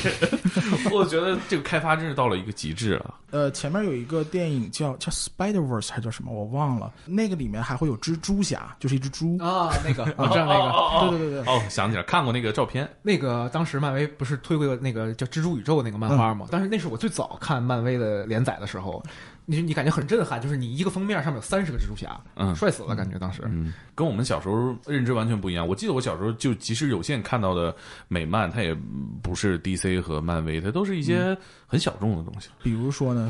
S1: 我觉得这个开发真是到了一个极致了。
S2: 呃，前面有一个电影叫叫 Spider Verse 还叫什么，我忘了。那个里面还会有蜘蛛侠，就是一只猪。
S3: 啊，那个 我知道那个。
S1: 哦
S2: 对对对对，
S1: 哦，想起来看过那个照片，
S3: 那个当时漫威不是推过那个叫《蜘蛛宇宙》那个漫画吗？但是那是我最早看漫威的连载的时候，你你感觉很震撼，就是你一个封面上面有三十个蜘蛛侠，
S1: 嗯
S3: 帅死了，感觉当时。
S1: 嗯，跟我们小时候认知完全不一样。我记得我小时候就即使有限看到的美漫，它也不是 DC 和漫威，它都是一
S3: 嗯
S1: 些很小众的东西。
S2: 比如说呢，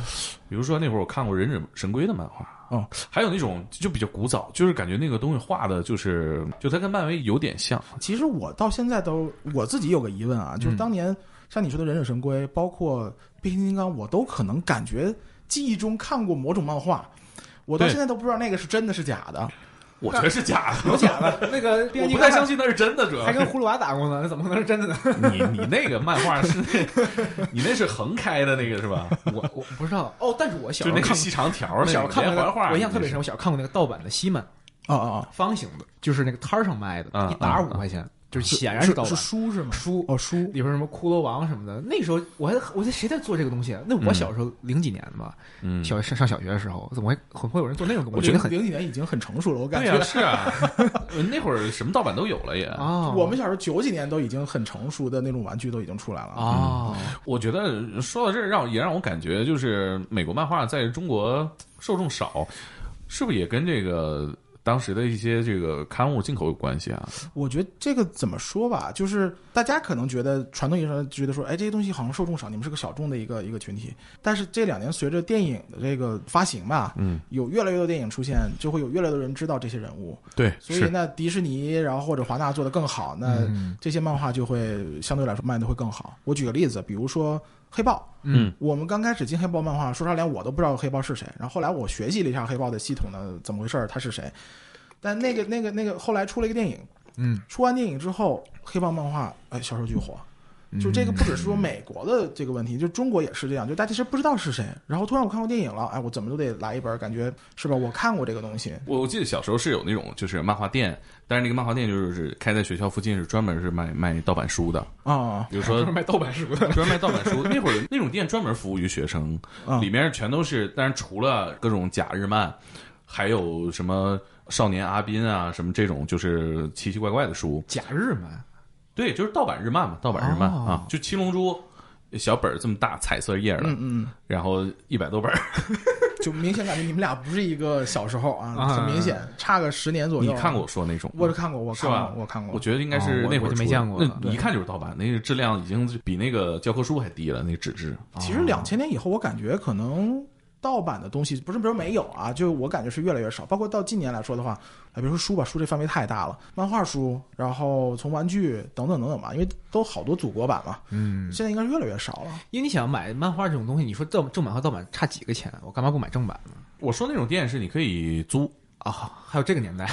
S1: 比如说那会儿我看过《忍者神龟》的漫画，
S2: 哦，
S1: 还有那种就比较古早，就是感觉那个东西画的，就是就它跟漫威有点像。
S2: 其实我到现在都我自己有个疑问啊，就是当年像你说的《忍者神龟》，包括《变形金刚》，我都可能感觉记忆中看过某种漫画，我到
S1: 对
S2: 现在都不知道那个是真的是假的。
S1: 我觉得是假的，
S3: 有假的， 那个
S1: 我
S3: 变形
S1: 不
S3: 金刚
S1: 太相信那是真的，主要
S3: 还跟葫芦娃打过呢，那怎么可能是真的呢？
S1: 你你那个漫画是那，你那是横开的那个是吧？
S3: 我我不知道哦，但是我小
S1: 就
S3: 时候
S1: 那个
S3: 看，
S1: 细长条
S3: 我
S1: 那
S3: 小时
S1: 个
S3: 候看过
S1: 连
S3: 那
S1: 环
S3: 个，
S1: 画，
S3: 我印象特别深，我小时候看过那个盗版的西曼，
S2: 哦哦哦，
S3: 方形的，就是那个摊儿上卖的
S1: 啊，
S3: 一沓五块钱，就是显然是盗版
S2: 是书是吗？
S3: 书
S2: 哦书，
S3: 里边什么骷髅王什么的，那时候我还我在谁在做这个东西啊？那我
S1: 嗯
S3: 小时候零几年的吧，
S1: 嗯，
S3: 小上上小学的时候，怎么会会有人做那种东西？
S1: 我觉得
S3: 很
S2: 零几年已经很成熟了，我感
S1: 对
S2: 觉。
S1: 呀、是 啊，呃那会儿什么盗版都有了也。
S3: 啊，
S2: 我们小时候九几年都已经很成熟的那种玩具都已经出来了啊，
S3: 啊，
S1: 我觉得说到这儿，让也让我感觉就是美国漫画在中国受众少，是不是也跟这个当时的一些这个刊物进口有关系啊？
S2: 我觉得这个怎么说吧，就是大家可能觉得传统意义上觉得说，哎，这些东西好像受众少，你们是个小众的一个一个群体。但是这两年随着电影的这个发行吧，
S1: 嗯，
S2: 有越来越多电影出现，就会有越来越多人知道这些人物。
S1: 对，
S2: 所以
S1: 是
S2: 那迪士尼，然后或者华纳做的更好，那
S3: 嗯
S2: 这些漫画就会相对来说卖的会更好。我举个例子，比如说黑豹，
S1: 嗯，
S2: 我们刚开始进黑豹漫画，说实话连我都不知道黑豹是谁。然后后来我学习了一下黑豹的系统呢，怎么回事儿，他是谁。但那个那个那个后来出了一个电影，
S3: 嗯，
S2: 出完电影之后，黑豹漫画哎销售巨火。就这个不只是说美国的这个问题，就中国也是这样，就大家其实不知道是谁，然后突然我看过电影了，哎，我怎么都得来一本，感觉是吧？我看过这个东西，
S1: 我我记得小时候是有那种就是漫画店，但是那个漫画店就是开在学校附近，是专门是卖卖盗版书的，
S2: 啊、
S1: 比如 说
S3: 卖盗版书的，
S1: 专门卖盗版书。那会儿那种店专门服务于学生，
S2: 嗯
S1: 里面全都是，但是除了各种假日漫，还有什么少年阿宾啊，什么这种就是奇奇怪怪的书。
S3: 假日漫，
S1: 对，就是盗版日漫嘛，盗版日漫、
S3: 哦
S1: 啊，就《七龙珠》小本儿这么大，彩色页的，
S2: 嗯嗯，
S1: 然后一百多本儿。
S2: 就明显感觉你们俩不是一个小时候啊，
S3: 啊
S2: 很明显差个十年左右。
S1: 你看过？我说那种吗？
S2: 我是看过，我
S1: 是
S2: 看
S1: 吧
S2: 过，我看过。
S1: 我觉得应该是
S3: 哦我
S1: 那会
S3: 我
S1: 儿
S3: 就没
S1: 出的
S3: 见过了
S1: 那一看就是盗版，那个质量已经比那个教科书还低了，那个纸质。
S2: 其实两千年以后，我感觉可能盗版的东西不是不是没有啊，就我感觉是越来越少。包括到今年来说的话，啊，比如说书吧，书这范围太大了，漫画书，然后从玩具等等等等吧，因为都好多祖国版嘛，
S3: 嗯，
S2: 现在应该是越来越少了。
S3: 因为你想买漫画这种东西，你说正正版和盗版差几个钱？我干嘛不买正版呢？
S1: 我说那种店是你可以租
S3: 啊，还有这个年代，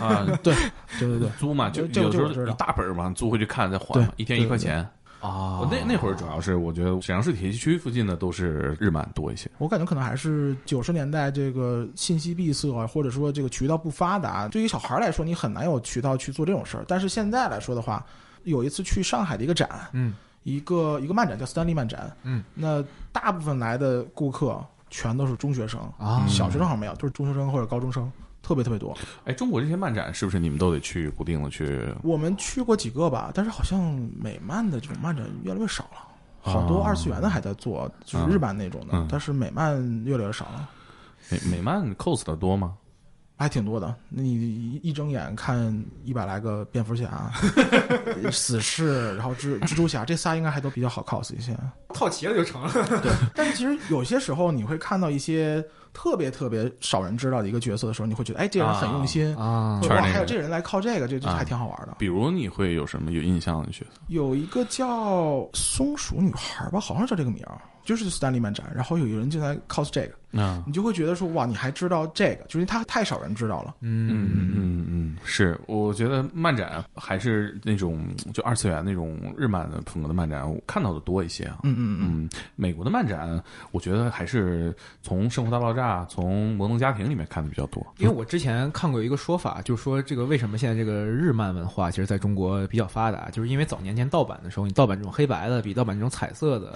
S1: 啊，
S2: 对，对对对，
S1: 租嘛，就
S2: 这这
S1: 有时
S2: 我知
S1: 候
S2: 道
S1: 一大本儿嘛，租回去看再还
S2: 对
S1: 嘛，一天一块钱。
S3: 哦
S1: 我那那会儿主要是我觉得沈阳市铁西区附近的都是日漫多一些。
S2: 我感觉可能还是九十年代这个信息闭塞啊，或者说这个渠道不发达，对于小孩儿来说，你很难有渠道去做这种事儿。但是现在来说的话，有一次去上海的一个展，
S3: 嗯，
S2: 一个一个漫展叫斯丹利漫展，
S3: 嗯，
S2: 那大部分来的顾客全都是中学生
S3: 啊
S2: 小学生好像没有，都是中学生或者高中生，特别特别多。
S1: 哎，中国这些漫展是不是你们都得去固定的去？
S2: 我们去过几个吧，但是好像美漫的这种漫展越来越少了。好多
S1: 啊
S2: 二次元的还在做，就是
S3: 啊
S2: 日漫那种的，
S1: 嗯
S2: 但是美漫越来越少了。
S1: 美美漫 cos 的多吗？
S2: 还挺多的。那你一一睁眼看一百来个蝙蝠 侠、啊死侍，然后蜘蜘蛛侠，这仨应该还都比较好 cos 一些。
S3: 套齐了就成了。
S2: 但是其实有些时候你会看到一些特别特别少人知道的一个角色的时候，你会觉得，哎，这人很用心。
S3: 啊
S1: 全嗯是
S2: 或者哇，
S1: 那个
S2: 还有这人来靠这个，这这
S1: 啊
S2: 还挺好玩的。
S1: 比如你会有什么有印象的角色？
S2: 有一个叫松鼠女孩吧，好像叫这个名儿，就是斯坦利漫展。然后有一个人进来 cos 这个，
S1: 啊，
S2: 你就会觉得说，哇，你还知道这个，就是因为他太少人知道了。
S1: 嗯
S3: 嗯
S1: 嗯嗯嗯，是，我觉得漫展还是那种就二次元那种日漫的风格的漫展，我看到的多一些啊。
S2: 嗯嗯嗯，
S1: 嗯，美国的漫展，我觉得还是从《生活大爆炸》、从《摩登家庭》里面看的比较多。
S3: 因为我之前看过一个说法，就是说这个为什么现在这个日漫文化其实在中国比较发达，就是因为早年间盗版的时候，你盗版这种黑白的比盗版这种彩 色的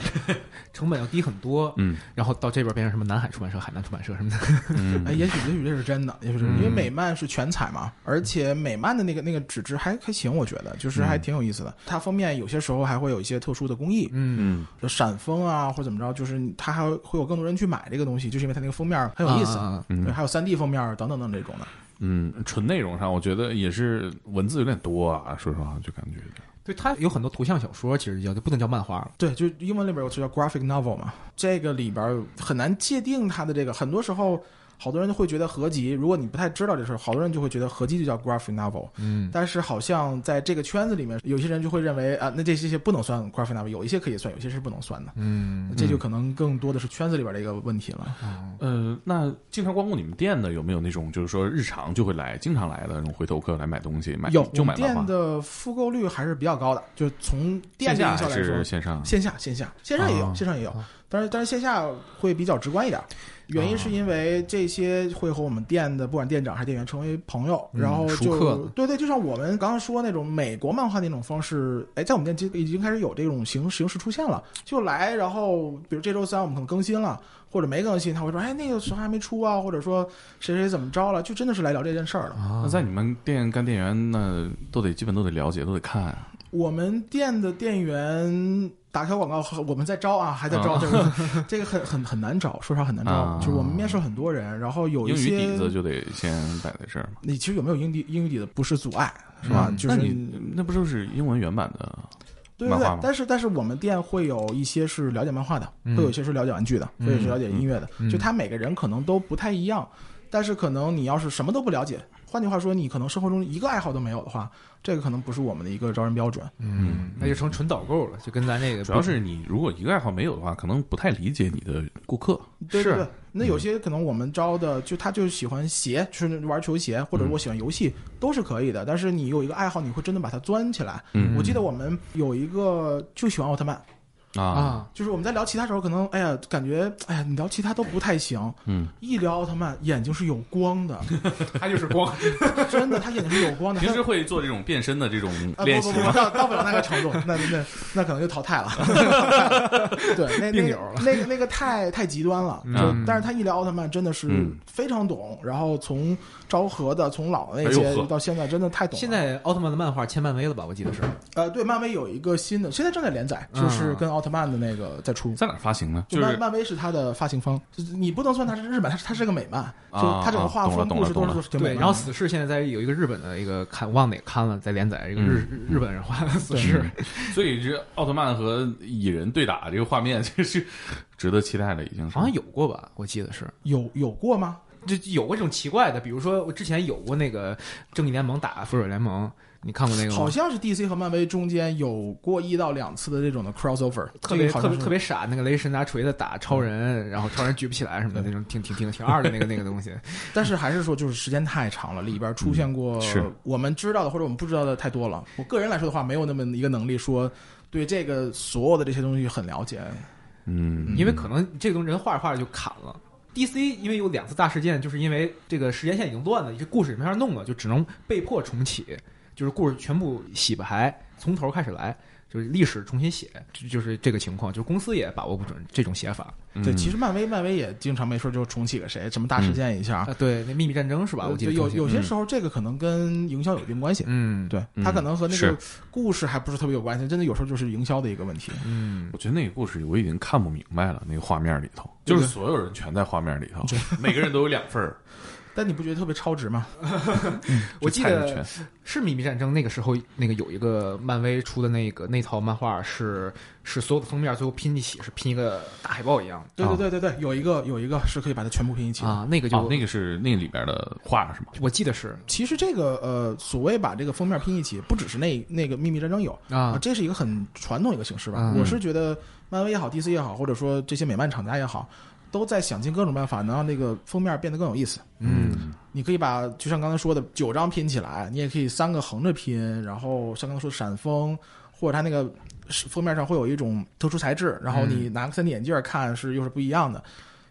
S3: 成本要低很多，
S1: 嗯
S3: 然后到这边变成什么南海出版社、海南出版社什么的，
S1: 嗯
S2: 哎，也许也许这是真的，也许这是、因为美漫是全彩嘛，而且美漫的那个那个纸质还还行，我觉得就是还挺有意思的。它封面有些时候还会有一些特殊的工艺，
S3: 嗯，
S1: 嗯
S2: 就闪封啊或怎么着，就是它还会有更多人去买这个东西，就是因为它那个封面很有意思。
S3: 啊啊啊
S2: 对，还有三 D 封面等等等这种的，
S1: 嗯，纯内容上，我觉得也是文字有点多啊，说实话，就感觉
S3: 对，它有很多图像小说，其实叫就不能叫漫画了。
S2: 对，就英文里边有词叫 graphic novel 嘛，这个里边很难界定它的这个，很多时候好多人会觉得合集，如果你不太知道这事儿，好多人就会觉得合集就叫 graphic novel，
S3: 嗯，
S2: 但是好像在这个圈子里面，有些人就会认为啊，那这些些不能算 graphic novel，有一些可以算，有些是不能算的。
S3: 嗯，
S2: 这就可能更多的是圈子里边的一个问题了。
S1: 呃，那经常光顾你们店的有没有那种就是说日常就会来、经常来的那种回头客来买东西，买
S2: 有
S1: 就买
S2: 我们
S1: 漫
S2: 店
S1: 画？
S2: 的复购率还是比较高的，就从店
S1: 线
S2: 的
S1: 下
S2: 营销
S1: 还
S2: 来说
S1: 是，线上？
S3: 哦
S2: 线下线下线上也有，
S1: 啊
S2: 线上也有
S3: 啊，
S2: 但是但是线下会比较直观一点，原因
S3: 哦
S2: 是因为这些会和我们店的不管店长还是店员成为朋友，
S3: 嗯
S2: 然后
S3: 熟客
S2: 就对对，就像我们刚刚说那种美国漫画那种方式，哎，在我们店其实已经开始有这种形形式出现了，就来，然后比如这周三我们可能更新了。或者没更新，他会说：“哎，那个时候还没出啊，或者说谁谁怎么着了，就真的是来聊这件事儿了。
S3: 嗯啊
S1: 那在你们店干店员，那都得基本都得了解，都得看啊。
S2: 我们店的店员打开广告，我们在招啊，还在招，这个 这个很很很难找，说实话很难招。
S1: 啊
S2: 就是我们面试很多人，然后有
S1: 英
S2: 一
S1: 语
S2: 些
S1: 底子就得先摆在这儿嘛。
S2: 你其实有没有英底英语底子不是阻碍，是吧？
S3: 嗯
S2: 就
S1: 那
S2: 是
S1: 你那不就是英文原版的？
S2: 对对
S1: 漫画
S2: 对
S1: 吗，
S2: 但是但是我们店会有一些是了解漫画的，
S3: 嗯
S2: 会有一些是了解玩具的，
S3: 嗯
S2: 会有一些了解音乐的，
S3: 嗯
S2: 就他每个人可能都不太一样。但是可能你要是什么都不了解，换句话说，你可能生活中一个爱好都没有的话，这个可能不是我们的一个招人标准。
S3: 嗯，那就成纯导购了，就跟咱这个
S1: 主要是你如果一个爱好没有的话，可能不太理解你的顾客。
S2: 对对
S3: 是
S2: 对，那有些可能我们招的，就他就喜欢鞋，就是玩球鞋，或者我喜欢游戏，都是可以的。但是你有一个爱好，你会真的把它钻起来。
S1: 嗯
S2: 我记得我们有一个就喜欢奥特曼，
S1: 啊，
S3: 啊，
S2: 就是我们在聊其他时候，可能哎呀，感觉哎呀，你聊其他都不太行。
S1: 嗯，
S2: 一聊奥特曼，眼睛是有光的，
S3: 他就是光，
S2: 真的，他眼睛是有光的。
S1: 平
S2: 他
S1: 时会做这种变身的这种
S2: 啊，
S1: 练
S2: 不
S1: 习
S2: 不不，
S1: 吗？
S2: 到到不了那个程度，那那那可能就淘汰了。 对，那
S3: 病
S2: 那
S3: 友
S2: 个
S3: 了
S2: 那个那个太太极端了。就
S3: 嗯
S2: 但是他一聊奥特曼，真的是
S1: 嗯
S2: 非常懂。然后从昭和的，从老的那
S1: 哎呦
S2: 些
S1: 呵
S2: 到现在，真的太懂了。
S3: 现在奥特曼的漫画签漫威了吧？我记得是，
S2: 呃，对，漫威有一个新的，现在正在连载，就是
S3: 嗯
S2: 跟奥特曼的那个在出。
S1: 在哪儿发行呢？
S2: 就
S1: 就
S2: 漫
S1: 是
S2: 漫威是它的发行方，就是你不能算它是日本，它是它是个美漫，就
S1: 啊
S2: 它整个画
S1: 懂了
S2: 风、
S1: 懂
S2: 故
S1: 了
S2: 事
S1: 懂
S2: 都
S1: 了
S2: 是挺美
S3: 对。
S2: 漫
S3: 然后死侍现在在有一个日本的一个刊，忘哪个刊了，在连载一个日
S2: 嗯
S3: 日日本人画的死侍，
S1: 所以这奥特曼和蚁人对打这个画面，这是值得期待的，已经是
S2: 啊
S3: 好像有过吧？我记得是，
S2: 有有过吗？
S3: 就有过这种奇怪的，比如说我之前有过那个正义联盟打复仇者联盟，你看过那个吗？
S2: 好像是 DC 和漫威中间有过一到两次的这种的 crossover，
S3: 特
S2: 这
S3: 别
S2: 个好像
S3: 特别
S2: 是
S3: 特别傻，那个雷神拿锤子打超人，然后超人举不起来什么的那种，挺挺挺挺二的那个那个东西。
S2: 但是还是说就是时间太长了，里边出现过
S1: 嗯是
S2: 我们知道的或者我们不知道的太多了。我个人来说的话，没有那么一个能力说对这个所有的这些东西很了解。
S1: 嗯，
S3: 因为可能这个东西人画着画着就砍了。DC 因为有两次大事件，就是因为这个时间线已经乱了，这故事也没法弄了，就只能被迫重启，就是故事全部洗牌，从头开始来，就是历史重新写，就就是这个情况，就是公司也把握不准这种写法
S1: 嗯
S2: 对，其实漫威漫威也经常没事就重启个谁什么大事件一下
S3: 啊。，对，那秘密战争是吧？我记得
S2: 对有
S3: 重启
S2: 有些
S1: 嗯
S2: 时候这个可能跟营销有一定关系。
S3: 嗯
S2: 对，
S1: 嗯
S2: 它可能和那
S1: 是
S2: 个故事还不是特别有关系，真的有时候就是营销的一个问题。
S3: 嗯
S1: 我觉得那个故事我已经看不明白了，那个画面里头，
S2: 对
S1: 就
S2: 对
S1: 是所有人全在画面里头，每个人都有两份儿，
S2: 但你不觉得特别超值吗？
S3: 我记
S1: 就菜
S3: 得
S1: 是全
S3: 是《秘密战争》那个时候，那个有一个漫威出的那个那套漫画是是所有的封面最后拼一起，是拼一个大海报一样
S2: 对
S1: 啊
S2: 对对对对，有一个有一个是可以把它全部拼一起
S3: 的
S2: 的。
S3: 啊，那个就、
S1: 哦，那个是那里边的画是吗？
S3: 我记得是
S2: 其实这个呃，所谓把这个封面拼一起，不只是那那个秘密战争有
S3: 啊
S2: 这是一个很传统一个形式吧。
S3: 嗯
S2: 我是觉得漫威也好，DC 也好，或者说这些美漫厂家也好，都在想尽各种办法能让那个封面变得更有意思。
S1: 嗯，
S2: 你可以把就像刚才说的九张拼起来，你也可以三个横着拼，然后像刚才说的闪风，或者它那个是封面上会有一种特殊材质，然后你拿个 3D 眼镜看是又是不一样的。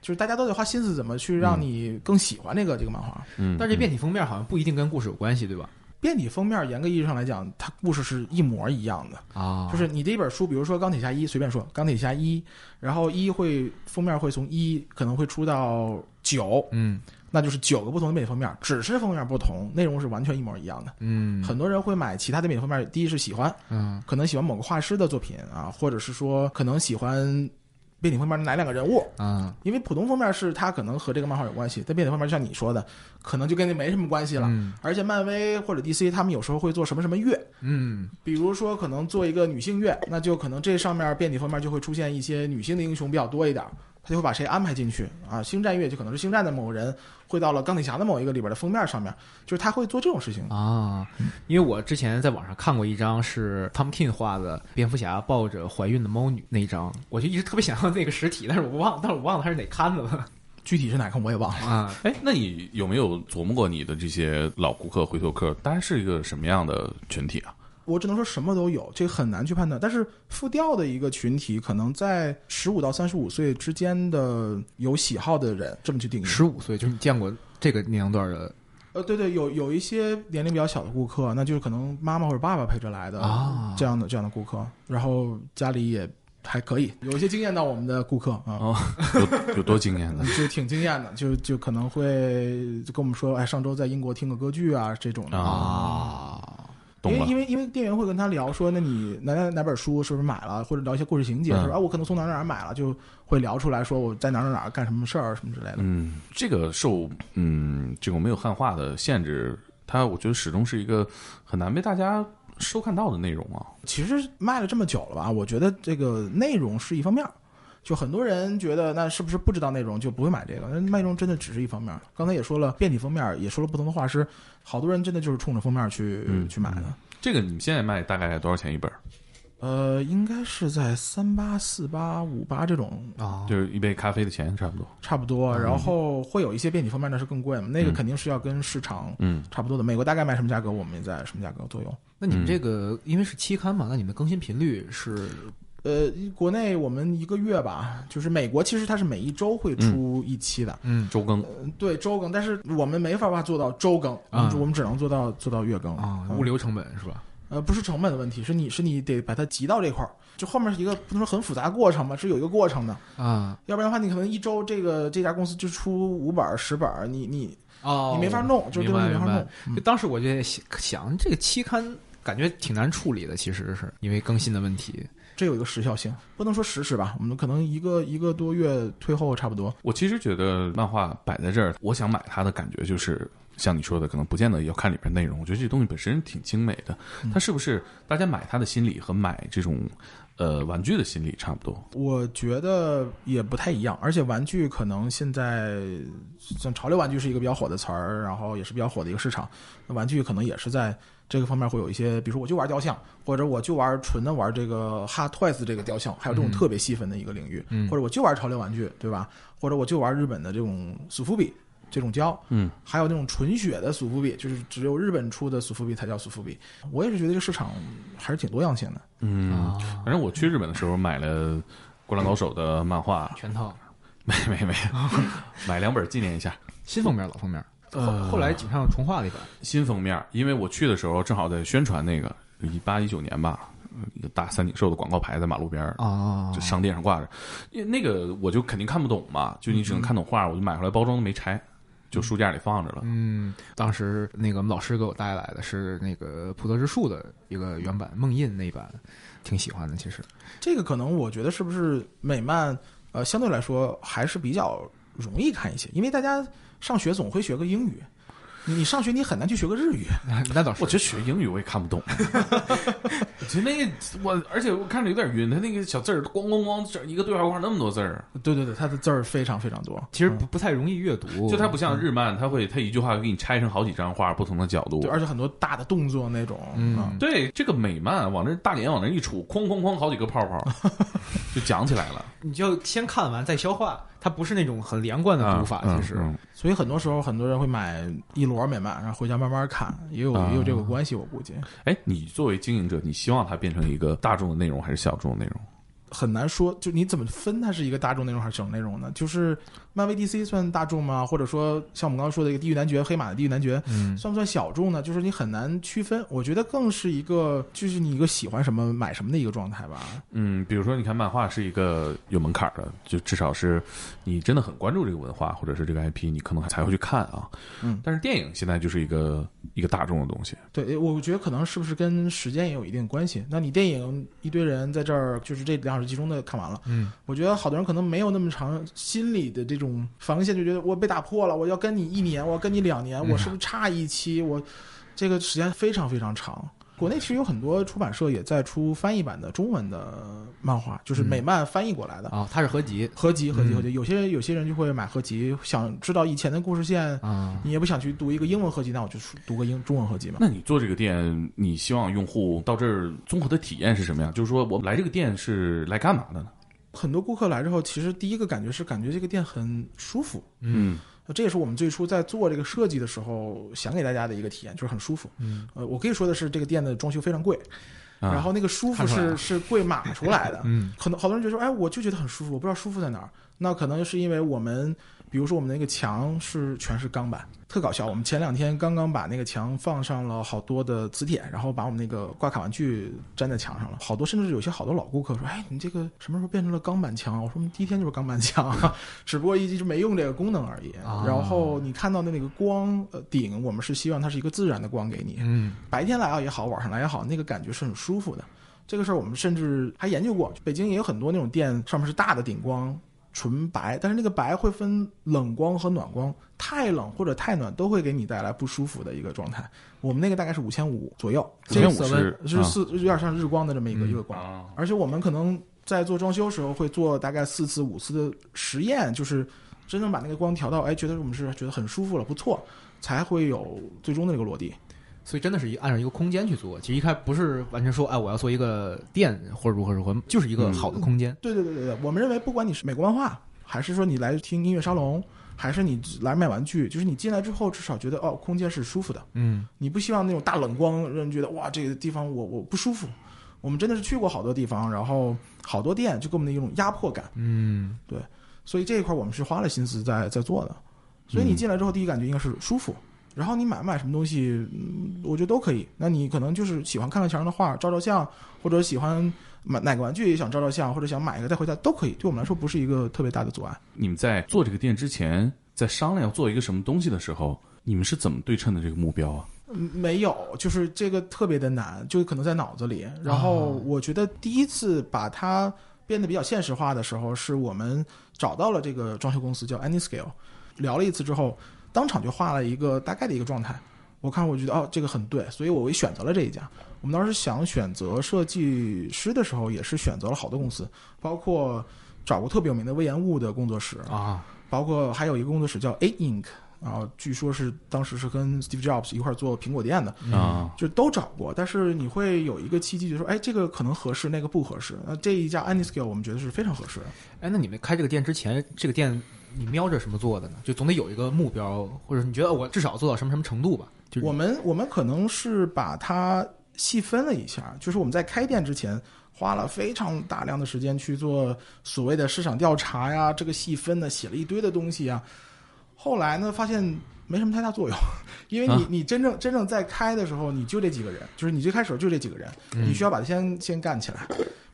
S2: 就是大家都得花心思怎么去让你更喜欢这个、这个漫画。
S1: 嗯，
S3: 但是这变体封面好像不一定跟故事有关系，对吧？
S2: 变体封面，严格意义上来讲，它故事是一模一样的。
S3: 啊
S2: 就是你这本书，比如说《钢铁侠一》，随便说《钢铁侠一》，然后一会封面会从一可能会出到九，
S3: 嗯
S2: 那就是九个不同的变体封面，只是封面不同，内容是完全一模一样的。
S3: 嗯
S2: 很多人会买其他的变体封面，第一是喜欢，
S3: 嗯
S2: 可能喜欢某个画师的作品啊，或者是说可能喜欢变体封面的哪两个人物，
S3: 啊
S2: 因为普通封面是它可能和这个漫画有关系，但变体封面就像你说的，可能就跟那没什么关系了。
S3: 嗯
S2: 而且漫威或者 DC 他们有时候会做什么什么月，
S3: 嗯
S2: 比如说可能做一个女性月，那就可能这上面变体封面就会出现一些女性的英雄比较多一点儿，他就会把谁安排进去啊。星战月就可能是星战的某个人会到了钢铁侠的某一个里边的封面上面，就是他会做这种事情。
S3: 啊，因为我之前在网上看过一张是 Tom King 画的蝙蝠侠抱着怀孕的猫女那一张，我就一直特别想要那个实体，但是我忘，但是我忘了它是哪刊的了
S2: 具体是哪个我也忘了。
S3: 啊。
S1: 哎，那你有没有琢磨过你的这些老顾客、回头客，大概是一个什么样的群体啊？
S2: 我只能说什么都有，这很难去判断。但是复调的一个群体，可能在十五到三十五岁之间的有喜好的人，这么去定义。
S3: 十五岁就是你见过这个年龄段的
S2: 呃，对对，有有一些年龄比较小的顾客，那就是可能妈妈或者爸爸陪着来的
S3: 啊
S2: 这样的这样的顾客，然后家里也还可以，有一些惊艳到我们的顾客啊。
S3: 哦
S1: 有有多惊艳呢？
S2: 就挺惊艳的，就就可能会就跟我们说，哎，上周在英国听个歌剧 啊这种的
S1: 啊，懂
S2: 因
S1: 了
S2: 为因为因为店员会跟他聊说，那你哪哪哪本书是不是买了，或者聊一些故事情节，
S1: 嗯
S2: 说啊我可能从哪儿哪儿买了，就会聊出来说我在哪儿哪儿哪儿干什么事儿什么之类的。
S1: 嗯，这个受嗯这种没有汉化的限制，它我觉得始终是一个很难被大家收看到的内容啊。
S2: 其实卖了这么久了吧，我觉得这个内容是一方面儿，就很多人觉得那是不是不知道内容就不会买这个？那内容真的只是一方面儿。刚才也说了，变体封面儿也说了不同的画师，好多人真的就是冲着封面儿去、
S1: 嗯
S2: 去买的。
S1: 这个你们现在卖大概多少钱一本儿？
S2: 呃，应该是在三八、四八、五八这种
S3: 啊，
S1: 就是一杯咖啡的钱差不多。
S2: 差不多，
S3: 嗯
S2: 然后会有一些变体封面那是更贵嘛，那个肯定是要跟市场
S1: 嗯，
S2: 差不多的。美国大概卖什么价格，我们也在什么价格左右。
S3: 那你们这个因为是期刊嘛，那你们更新频率是
S2: 呃，国内我们一个月吧，就是美国其实它是每一周会出一期的，
S3: 嗯
S1: 周更
S2: 嗯、对周更，但是我们没法吧做到周更，我们只我们只能做到做到月更
S3: 啊
S2: 嗯
S3: 物流成本是吧？
S2: 呃，不是成本的问题，是你是你得把它集到这块儿，就后面是一个不能说很复杂的过程吧，是有一个过程的，
S3: 啊
S2: 要不然的话，你可能一周这个这家公司就出五本儿十本儿，你你
S3: 哦
S2: 你没法弄，就是这
S3: 明
S2: 个
S3: 白
S2: 没法
S3: 明白
S2: 弄。嗯
S3: 就当时我就也想想，这个期刊感觉挺难处理的，其实是因为更新的问题。
S2: 这有一个时效性，不能说实时吧，我们可能一个一个多月推后差不多。
S1: 我其实觉得漫画摆在这儿，我想买它的感觉就是像你说的，可能不见得要看里边内容。我觉得这东西本身挺精美的，它是不是大家买它的心理和买这种呃玩具的心理差不多？
S2: 我觉得也不太一样，而且玩具可能现在像潮流玩具是一个比较火的词儿，然后也是比较火的一个市场。那玩具可能也是在这个方面会有一些，比如说我就玩雕像，或者我就玩纯的玩这个 Hot Toys 这个雕像，还有这种特别细分的一个领域，或者我就玩潮流玩具，对吧？或者我就玩日本的这种苏富比这种胶，
S1: 嗯，
S2: 还有那种纯血的苏富比，就是只有日本出的苏富比才叫苏富比。我也是觉得这个市场还是挺多样性的。
S1: 嗯，
S3: 啊，
S1: 反正我去日本的时候买了《灌篮高手》的漫画，
S3: 全套
S1: 没没没，买两本纪念一下。
S3: 新封面老封面，
S1: 呃
S3: 后后来井上重画了一版，
S1: 新封面，因为我去的时候正好在宣传那个一八一九年吧，呃一个大三井寿的广告牌在马路边儿
S3: 啊
S1: 就商店上挂着，因为那个我就肯定看不懂嘛，就你只
S3: 嗯
S1: 能看懂画，我就买回来包装都没拆，就书架里放着了。
S3: 嗯，当时那个我们老师给我带来的是那个《普泽之树》的一个原版梦印那一版，挺喜欢的。其实
S2: 这个可能我觉得是不是美漫呃相对来说还是比较容易看一些，因为大家上学总会学个英语，你你上学你很难去学个日语。
S3: 那倒是
S1: 我觉得学英语我也看不 懂，我觉得那个我，而且我看着有点晕，他那个小字儿咣咣咣，这一个对话框那么多字儿，
S2: 对对对，它的字儿非常非常多，嗯
S3: 其实不不太容易阅读，
S1: 就它不像
S3: 嗯
S1: 日漫，它会它一句话给你拆成好几张画，不同的角度
S2: 对，。而且很多大的动作那种，啊
S3: 嗯
S1: 对这个美漫，啊往那大脸往那一杵，哐哐哐好几个泡泡，就讲起来了。
S3: 你就先看完再消化，它不是那种很连贯的读法。
S1: 嗯
S3: 其实、
S1: 嗯
S2: 所以很多时候很多人会买一摞美漫，然后回家慢慢看，也有
S1: 啊
S2: 也有这个关系，我估计
S1: 哎，你作为经营者，你希望它变成一个大众的内容还是小众的内容？
S2: 很难说，就你怎么分它是一个大众内容还是小众内容呢？就是漫威 DC 算大众吗？或者说像我们刚刚说的一个《地狱男爵》黑马的《地狱男爵》，
S3: 嗯
S2: 算不算小众呢？就是你很难区分。我觉得更是一个，就是你一个喜欢什么买什么的一个状态吧。
S1: 嗯，比如说，你看漫画是一个有门槛儿的，就至少是你真的很关注这个文化或者是这个 IP，你可能才会去看啊。
S2: 嗯
S1: 但是电影现在就是一个一个大众的东西，
S2: 对，我觉得可能是不是跟时间也有一定关系。那你电影一堆人在这儿，就是这两小时集中的看完了，
S3: 嗯，
S2: 我觉得好多人可能没有那么长心理的这种防线，就觉得我被打破了，我要跟你一年，我要跟你两年，我是不是差一期？我这个时间非常非常长。国内其实有很多出版社也在出翻译版的中文的漫画，就是美漫翻译过来的。
S3: 啊，它是合集
S2: 合集，合集，
S3: 嗯
S2: 合集。有些人，有些人就会买合集，想知道以前的故事线，
S3: 啊，
S2: 你也不想去读一个英文合集，那我就读个英中文合集嘛。
S1: 那你做这个店，你希望用户到这儿综合的体验是什么样？就是说我来这个店是来干嘛的呢？
S2: 很多顾客来之后，其实第一个感觉是感觉这个店很舒服，
S1: 嗯
S2: 那这也是我们最初在做这个设计的时候想给大家的一个体验，就是很舒服。
S3: 嗯，
S2: 呃，我可以说的是，这个店的装修非常贵，
S1: 啊
S2: 然后那个舒服
S3: 看出来
S2: 是
S3: 了
S2: 是贵码出来的。
S3: 嗯，
S2: 可能好多人觉得说，哎，我就觉得很舒服，我不知道舒服在哪儿。那可能是因为我们，比如说我们那个墙是全是钢板，特搞笑。我们前两天刚刚把那个墙放上了好多的磁铁，然后把我们那个挂卡玩具粘在墙上了。好多甚至有些好多老顾客说，哎，你这个什么时候变成了钢板墙？我说我们第一天就是钢板墙，啊 只不过一直没用这个功能而已。
S3: 啊
S2: 然后你看到的那个光呃顶，我们是希望它是一个自然的光给你，
S3: 嗯，
S2: 白天来啊也好，晚上来也好，那个感觉是很舒服的。这个事儿我们甚至还研究过，北京也有很多那种店上面是大的顶光，纯白，但是那个白会分冷光和暖光，太冷或者太暖都会给你带来不舒服的一个状态。我们那个大概是五千五左右，
S1: 首先
S2: 这
S1: 我
S3: 色
S1: 是
S3: 温
S2: 是嗯四有点像日光的这么一个一个光，
S4: 啊，
S2: 而且我们可能在做装修时候会做大概四次五次的实验，就是真正把那个光调到，哎，觉得我们是觉得很舒服了，不错，才会有最终的那个落地。
S3: 所以真的是一按照一个空间去做，其实一开始不是完全说，哎，我要做一个店或者如何如何，就是一个好的空间。
S2: 对对对对对，我们认为不管你是美国漫画，还是说你来听音乐沙龙，还是你来买玩具，就是你进来之后至少觉得哦，空间是舒服的。
S3: 嗯，
S2: 你不希望那种大冷光让人觉得哇，这个地方我我不舒服。我们真的是去过好多地方，然后好多店就给我们的一种压迫感，
S3: 嗯，
S2: 所以这一块我们是花了心思在在做的。所以你进来之后，第一感觉应该是舒服。然后你买不买什么东西，嗯我觉得都可以。那你可能就是喜欢看看墙上的画，照照相，或者喜欢买哪个玩具想照照相，或者想买一个带回家都可以。对我们来说不是一个特别大的阻碍。
S4: 你们在做这个店之前，在商量要做一个什么东西的时候，你们是怎么对称的这个目标啊？
S2: 嗯没有，就是这个特别的难，就可能在脑子里。然后我觉得第一次把它变得比较现实化的时候，是我们找到了这个装修公司叫 Anyscale，聊了一次之后，当场就画了一个大概的一个状态。我看我觉得哦，这个很对，所以我选择了这一家。我们当时想选择设计师的时候，也是选择了好多公司，包括找过特别有名的魏延物的工作室，
S3: 啊，
S2: 包括还有一个工作室叫 A Inc，然后据说是当时是跟 Steve Jobs 一块儿做苹果店的，
S3: 嗯
S4: 啊，
S2: 就都找过，但是你会有一个契机，就说，哎，这个可能合适，那个不合适。那这一家 Anyscale 我们觉得是非常合适的。
S3: 哎，那你们开这个店之前，这个店你瞄着什么做的呢？就总得有一个目标，或者你觉得哦我至少做到什么什么程度吧？就是
S2: 我们我们可能是把它细分了一下，就是我们在开店之前花了非常大量的时间去做所谓的市场调查呀，这个细分呢写了一堆的东西呀。后来呢，发现没什么太大作用， 因为你、
S4: 啊
S2: 你真正真正在开的时候，你就这几个人，就是你最开始就这几个人，
S3: 嗯
S2: 你需要把它先先干起来。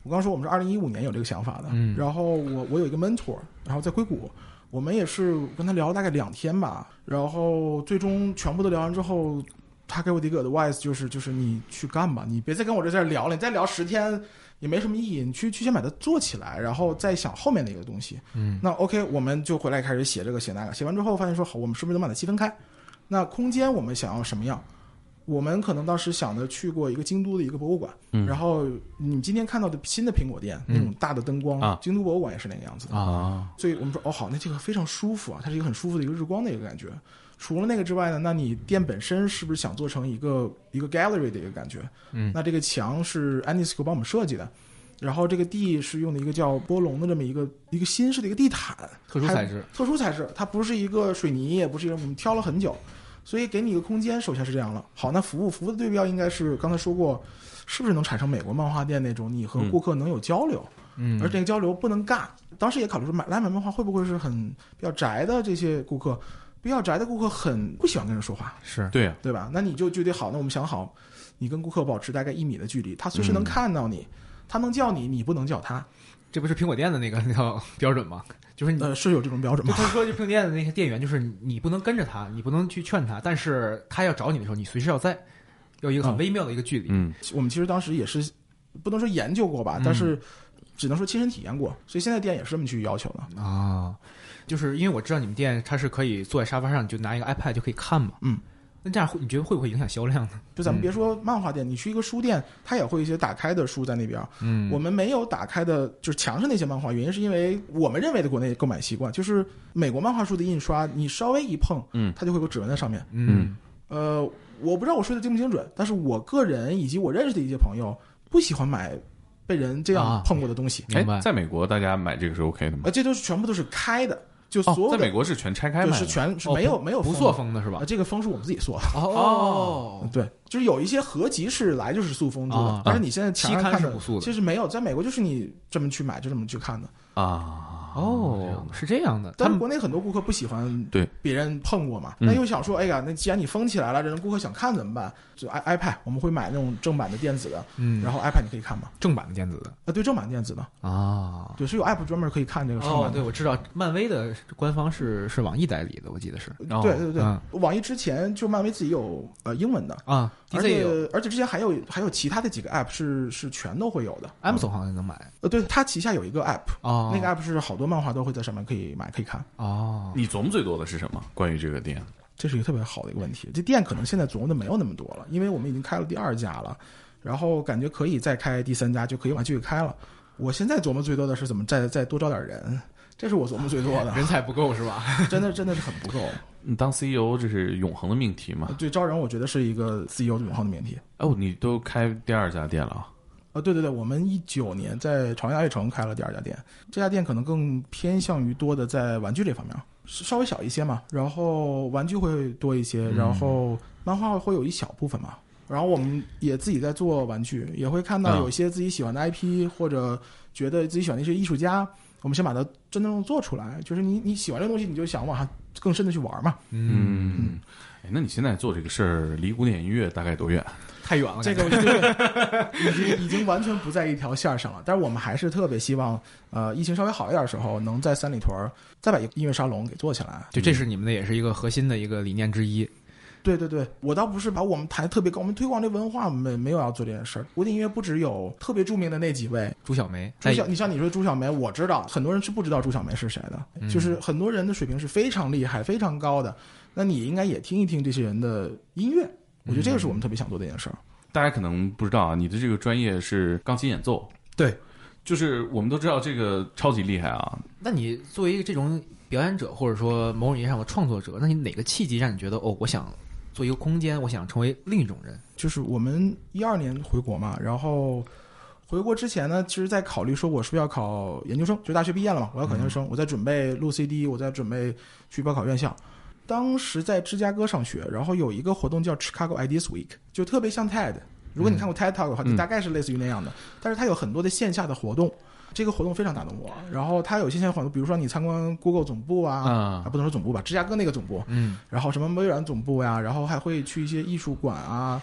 S2: 我刚说我们是二零一五年有这个想法的，
S3: 嗯
S2: 然后我我有一个 mentor，然后在硅谷，我们也是跟他聊了大概两天吧，然后最终全部都聊完之后，他给我的一个 advice 就是就是你去干吧，你别再跟我这在这聊了，你再聊十天也没什么意义，你去去先把它做起来，然后再想后面的一个东西。
S3: 嗯，
S2: 那 OK，我们就回来开始写这个写那个，写完之后发现说好，我们是不是能把它细分开？那空间我们想要什么样？我们可能当时想着去过一个京都的一个博物馆，
S4: 嗯
S2: 然后你今天看到的新的苹果店、那种大的灯光，
S4: 啊
S2: 京都博物馆也是那个样子的。
S4: 啊，
S2: 所以我们说哦好，那这个非常舒服啊，它是一个很舒服的一个日光的一个感觉。除了那个之外呢，那你店本身是不是想做成一个一个 gallery 的一个感觉？
S3: 嗯
S2: 那这个墙是 Anisco 帮我们设计的，然后这个地是用的一个叫波龙的这么一个一个新式的一个地毯，
S3: 特殊材质，
S2: 特殊材质，它不是一个水泥，也不是一个我们挑了很久，所以给你一个空间，首先是这样了。好，那服务服务的对标应该是刚才说过，是不是能产生美国漫画店那种你和顾客能有交流，
S3: 嗯
S2: 而这个交流不能尬。当时也考虑说买来买漫画会不会是很比较宅的这些顾客，比较宅的顾客很不喜欢跟人说话，
S3: 是
S4: 对啊，
S2: 对吧？那你就就得好，那我们想好，你跟顾客保持大概一米的距离，他随时
S3: 嗯
S2: 能看到你，他能叫你，你不能叫他，
S3: 这不是苹果店的那个那套标准吗？ 就是你。
S2: 呃，是有这种标准
S3: 就
S2: 吗？
S3: 他说，就苹果店的那些店员，就是你不能跟着他，你不能去劝他，但是他要找你的时候，你随时要在，要一个很
S2: 嗯
S3: 微妙的一个距离。
S4: 嗯，
S2: 我们其实当时也是不能说研究过吧，
S3: 嗯
S2: 但是只能说亲身体验过，所以现在店也是这么去要求的。
S3: 啊，就是因为我知道你们店它是可以坐在沙发上，你就拿一个 iPad 就可以看嘛。
S2: 嗯，
S3: 那这样会你觉得会不会影响销量呢？
S2: 就咱们别说漫画店，你去一个书店，它也会有一些打开的书在那边。
S3: 嗯
S2: 我们没有打开的，就是墙上那些漫画，原因是因为我们认为的国内购买习惯，就是美国漫画书的印刷，你稍微一碰，
S4: 嗯
S2: 它就会有个指纹在上面。
S3: 嗯
S2: 呃，我不知道我说的精不精准，但是我个人以及我认识的一些朋友不喜欢买被人这样
S3: 啊
S2: 碰过的东西。呃
S3: 明白
S4: 哎在美国大家买这个是 OK 的吗？
S2: 啊，这都是全部都是开的，就所有
S4: 在
S2: 的、
S4: 美国是全拆开
S2: 对
S4: 卖的，
S2: 是全是
S3: 哦
S2: 没有、没有
S3: 不
S2: 封
S3: 塑
S2: 的
S3: 封的是吧
S2: 啊，？这个封是我们自己做的。
S3: 呃哦，
S2: 对，就是有一些合集是来就是塑封做的，
S3: 啊
S2: 但是你现在
S3: 期
S2: 墙上
S3: 刊
S2: 看
S3: 是
S2: 的
S3: 不塑的
S2: 其实没有，在美国就是你这么去买就这么去看的。
S4: 啊，
S3: 哦，是这样的，他
S2: 但是
S3: 们
S2: 国内很多顾客不喜欢
S4: 对
S2: 别人碰过嘛，
S4: 嗯
S2: 那又想说，哎呀，那既然你封起来了，这种顾客想看怎么办？就 i iPad，我们会买那种正版的电子的，
S3: 嗯，
S2: 然后 iPad 你可以看吗？
S3: 正版的电子的
S2: 啊，对，正版电子的，
S3: 啊。
S2: 对，是有 App 专门可以看这个正
S3: 哦
S2: 版，的。
S3: 对，我知道，漫威的官方是是网易代理的，我记得是
S4: 哦
S2: 对对对
S3: 嗯
S2: 对，网易之前就漫威自己有呃英文的，
S3: 啊
S2: 而
S3: ，DC 也
S2: 且
S3: 有
S2: 而且之前还有还有其他的几个 App 是是全都会有的。
S3: ，Amazon 好像能买
S2: 呃，对，它旗下有一个 App，
S3: 哦，
S2: 那个 app 是好多漫画都会在上面可以买可以看，
S3: 哦，
S4: 你琢磨最多的是什么？关于这个店
S2: 这是一个特别好的一个问题。这店可能现在琢磨的没有那么多了，因为我们已经开了第二家了，然后感觉可以再开第三家，就可以往继续开了。我现在琢磨最多的是怎么再再多招点人，这是我琢磨最 多的，
S3: 人才不够是吧？
S2: 真的真的是很不够。
S4: 你当 CEO 这是永恒的命题嘛？
S2: 对招人，我觉得是一个 E CEO 永恒的命题。
S4: 哦，你都开第二家店了啊？
S2: 啊，对对对，我们一九年在朝阳爱城开了第二家店，这家店可能更偏向于多的在玩具这方面，是稍微小一些嘛，然后玩具会多一些，然后漫画会有一小部分嘛。然后我们也自己在做玩具，也会看到
S4: 嗯
S2: 有一些自己喜欢的 IP，、或者觉得自己喜欢的一些艺术家，我们先把它真正做出来。就是你你喜欢这个东西，你就想往上更深的去玩嘛。
S4: 嗯，哎，那你现在做这个事儿离古典音乐大概多远？
S3: 太远了，
S2: 这个
S3: 感
S2: 我觉得
S3: 觉
S2: 已经 已经完全不在一条线儿上了。但是我们还是特别希望，呃，疫情稍微好一点的时候，能在三里屯儿再把音乐沙龙给做起来。
S3: 就这是你们的也是一个核心的一个理念之一。
S2: 对对对，我倒不是把我们抬得特别高，我们推广这文化没没有要做这件事儿。古典音乐不只有特别著名的那几位，
S3: 朱小梅，
S2: 朱小，
S3: 哎
S2: 你像你说朱小梅，我知道很多人是不知道朱小梅是谁的，
S3: 嗯
S2: 就是很多人的水平是非常厉害、非常高的。那你应该也听一听这些人的音乐，我觉得这个是我
S3: 嗯
S2: 们特别想做的一件事儿。
S4: 大家可能不知道啊，你的这个专业是钢琴演奏，
S2: 对，
S4: 就是我们都知道这个超级厉害啊，
S3: 那你作为一个这种表演者，或者说某种意义上的创作者，那你哪个契机让你觉得哦，我想做一个空间，我想成为另一种人？
S2: 就是我们一二年回国嘛，然后回国之前呢，其实在考虑说我是不是要考研究生，就大学毕业了嘛，我要考研究生，我在准备录 CD，我在准备去报考院校。当时在芝加哥上学，然后有一个活动叫 Chicago Ideas Week，就特别像 TED。如果你看过 TED Talk 的话，
S4: 嗯
S2: 就大概是类似于那样的，但是它有很多的线下的活动。这个活动非常打动我，然后它有线下活动，比如说你参观 Google 总部啊，
S4: 啊
S2: 啊不能说总部吧，芝加哥那个总部，
S3: 嗯，
S2: 然后什么微软总部呀，然后还会去一些艺术馆啊，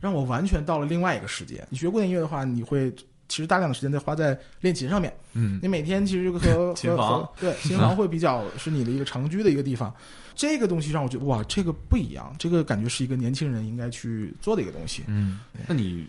S2: 让我完全到了另外一个世界。你学古典音乐的话，你会其实大量的时间在花在练琴上面，
S3: 嗯，
S2: 你每天其 实和
S4: 琴
S2: 和
S4: 房
S2: 和对琴房会比较是你的一个长居的一个地方。这个东西让我觉得哇，这个不一样，这个感觉是一个年轻人应该去做的一个东西。
S3: 嗯，
S4: 那你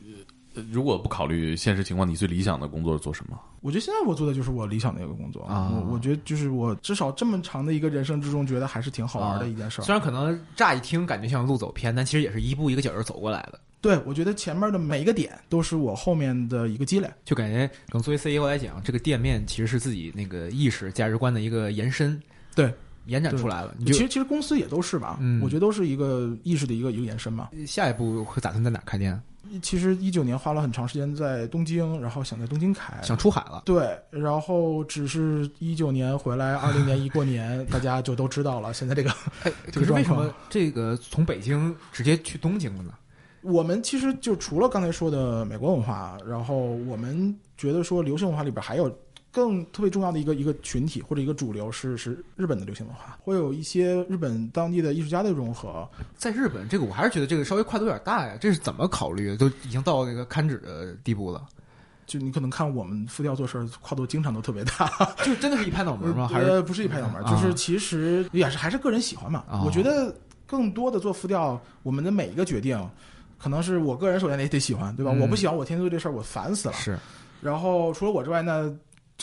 S4: 呃如果不考虑现实情况，你最理想的工作是做什么？
S2: 我觉得现在我做的就是我理想的一个工作
S3: 啊
S2: 我我觉得就是我至少这么长的一个人生之中，觉得还是挺好玩的一件事儿。
S3: 啊虽然可能乍一听感觉像路走偏，但其实也是一步一个脚印走过来的。
S2: 对，我觉得前面的每一个点都是我后面的一个积累。
S3: 就感觉，可能作为 CEO 来讲，这个店面其实是自己那个意识、价值观的一个延伸，
S2: 对，
S3: 延展出来了。你
S2: 其
S3: 就
S2: 实其实公司也都是吧，
S3: 嗯
S2: 我觉得都是一个意识的一个一个延伸嘛。
S3: 下一步会打算在哪开店？啊
S2: 其实一九年花了很长时间在东京，然后想在东京开。
S3: 想出海了，
S2: 对，然后只是一九年回来，二零年一过年，大家就都知道了。现在这个，
S3: 哎，
S2: 这
S3: 可
S2: 个
S3: 是为什
S2: 状况
S3: 么这个从北京直接去东京了呢？
S2: 我们其实就除了刚才说的美国文化，然后我们觉得说流行文化里边还有更特别重要的一个一个群体或者一个主流是是日本的流行文化，会有一些日本当地的艺术家的融合，
S3: 在日本，这个我还是觉得这个稍微跨度有点大呀，这是怎么考虑的？都已经到那个刊纸的地步了，
S2: 就你可能看我们副调做事儿跨度经常都特别大，
S3: 就真的是一拍脑门吗？还是
S2: 呃不是一拍脑门儿，
S3: 啊
S2: 就是其实也是还是个人喜欢嘛。
S3: 啊
S2: 我觉得更多的做副调，我们的每一个决定，可能是我个人首先得得喜欢，对吧？
S3: 嗯
S2: 我不喜欢，我天天做这事儿，我烦死了。
S3: 是
S2: 然后除了我之外呢，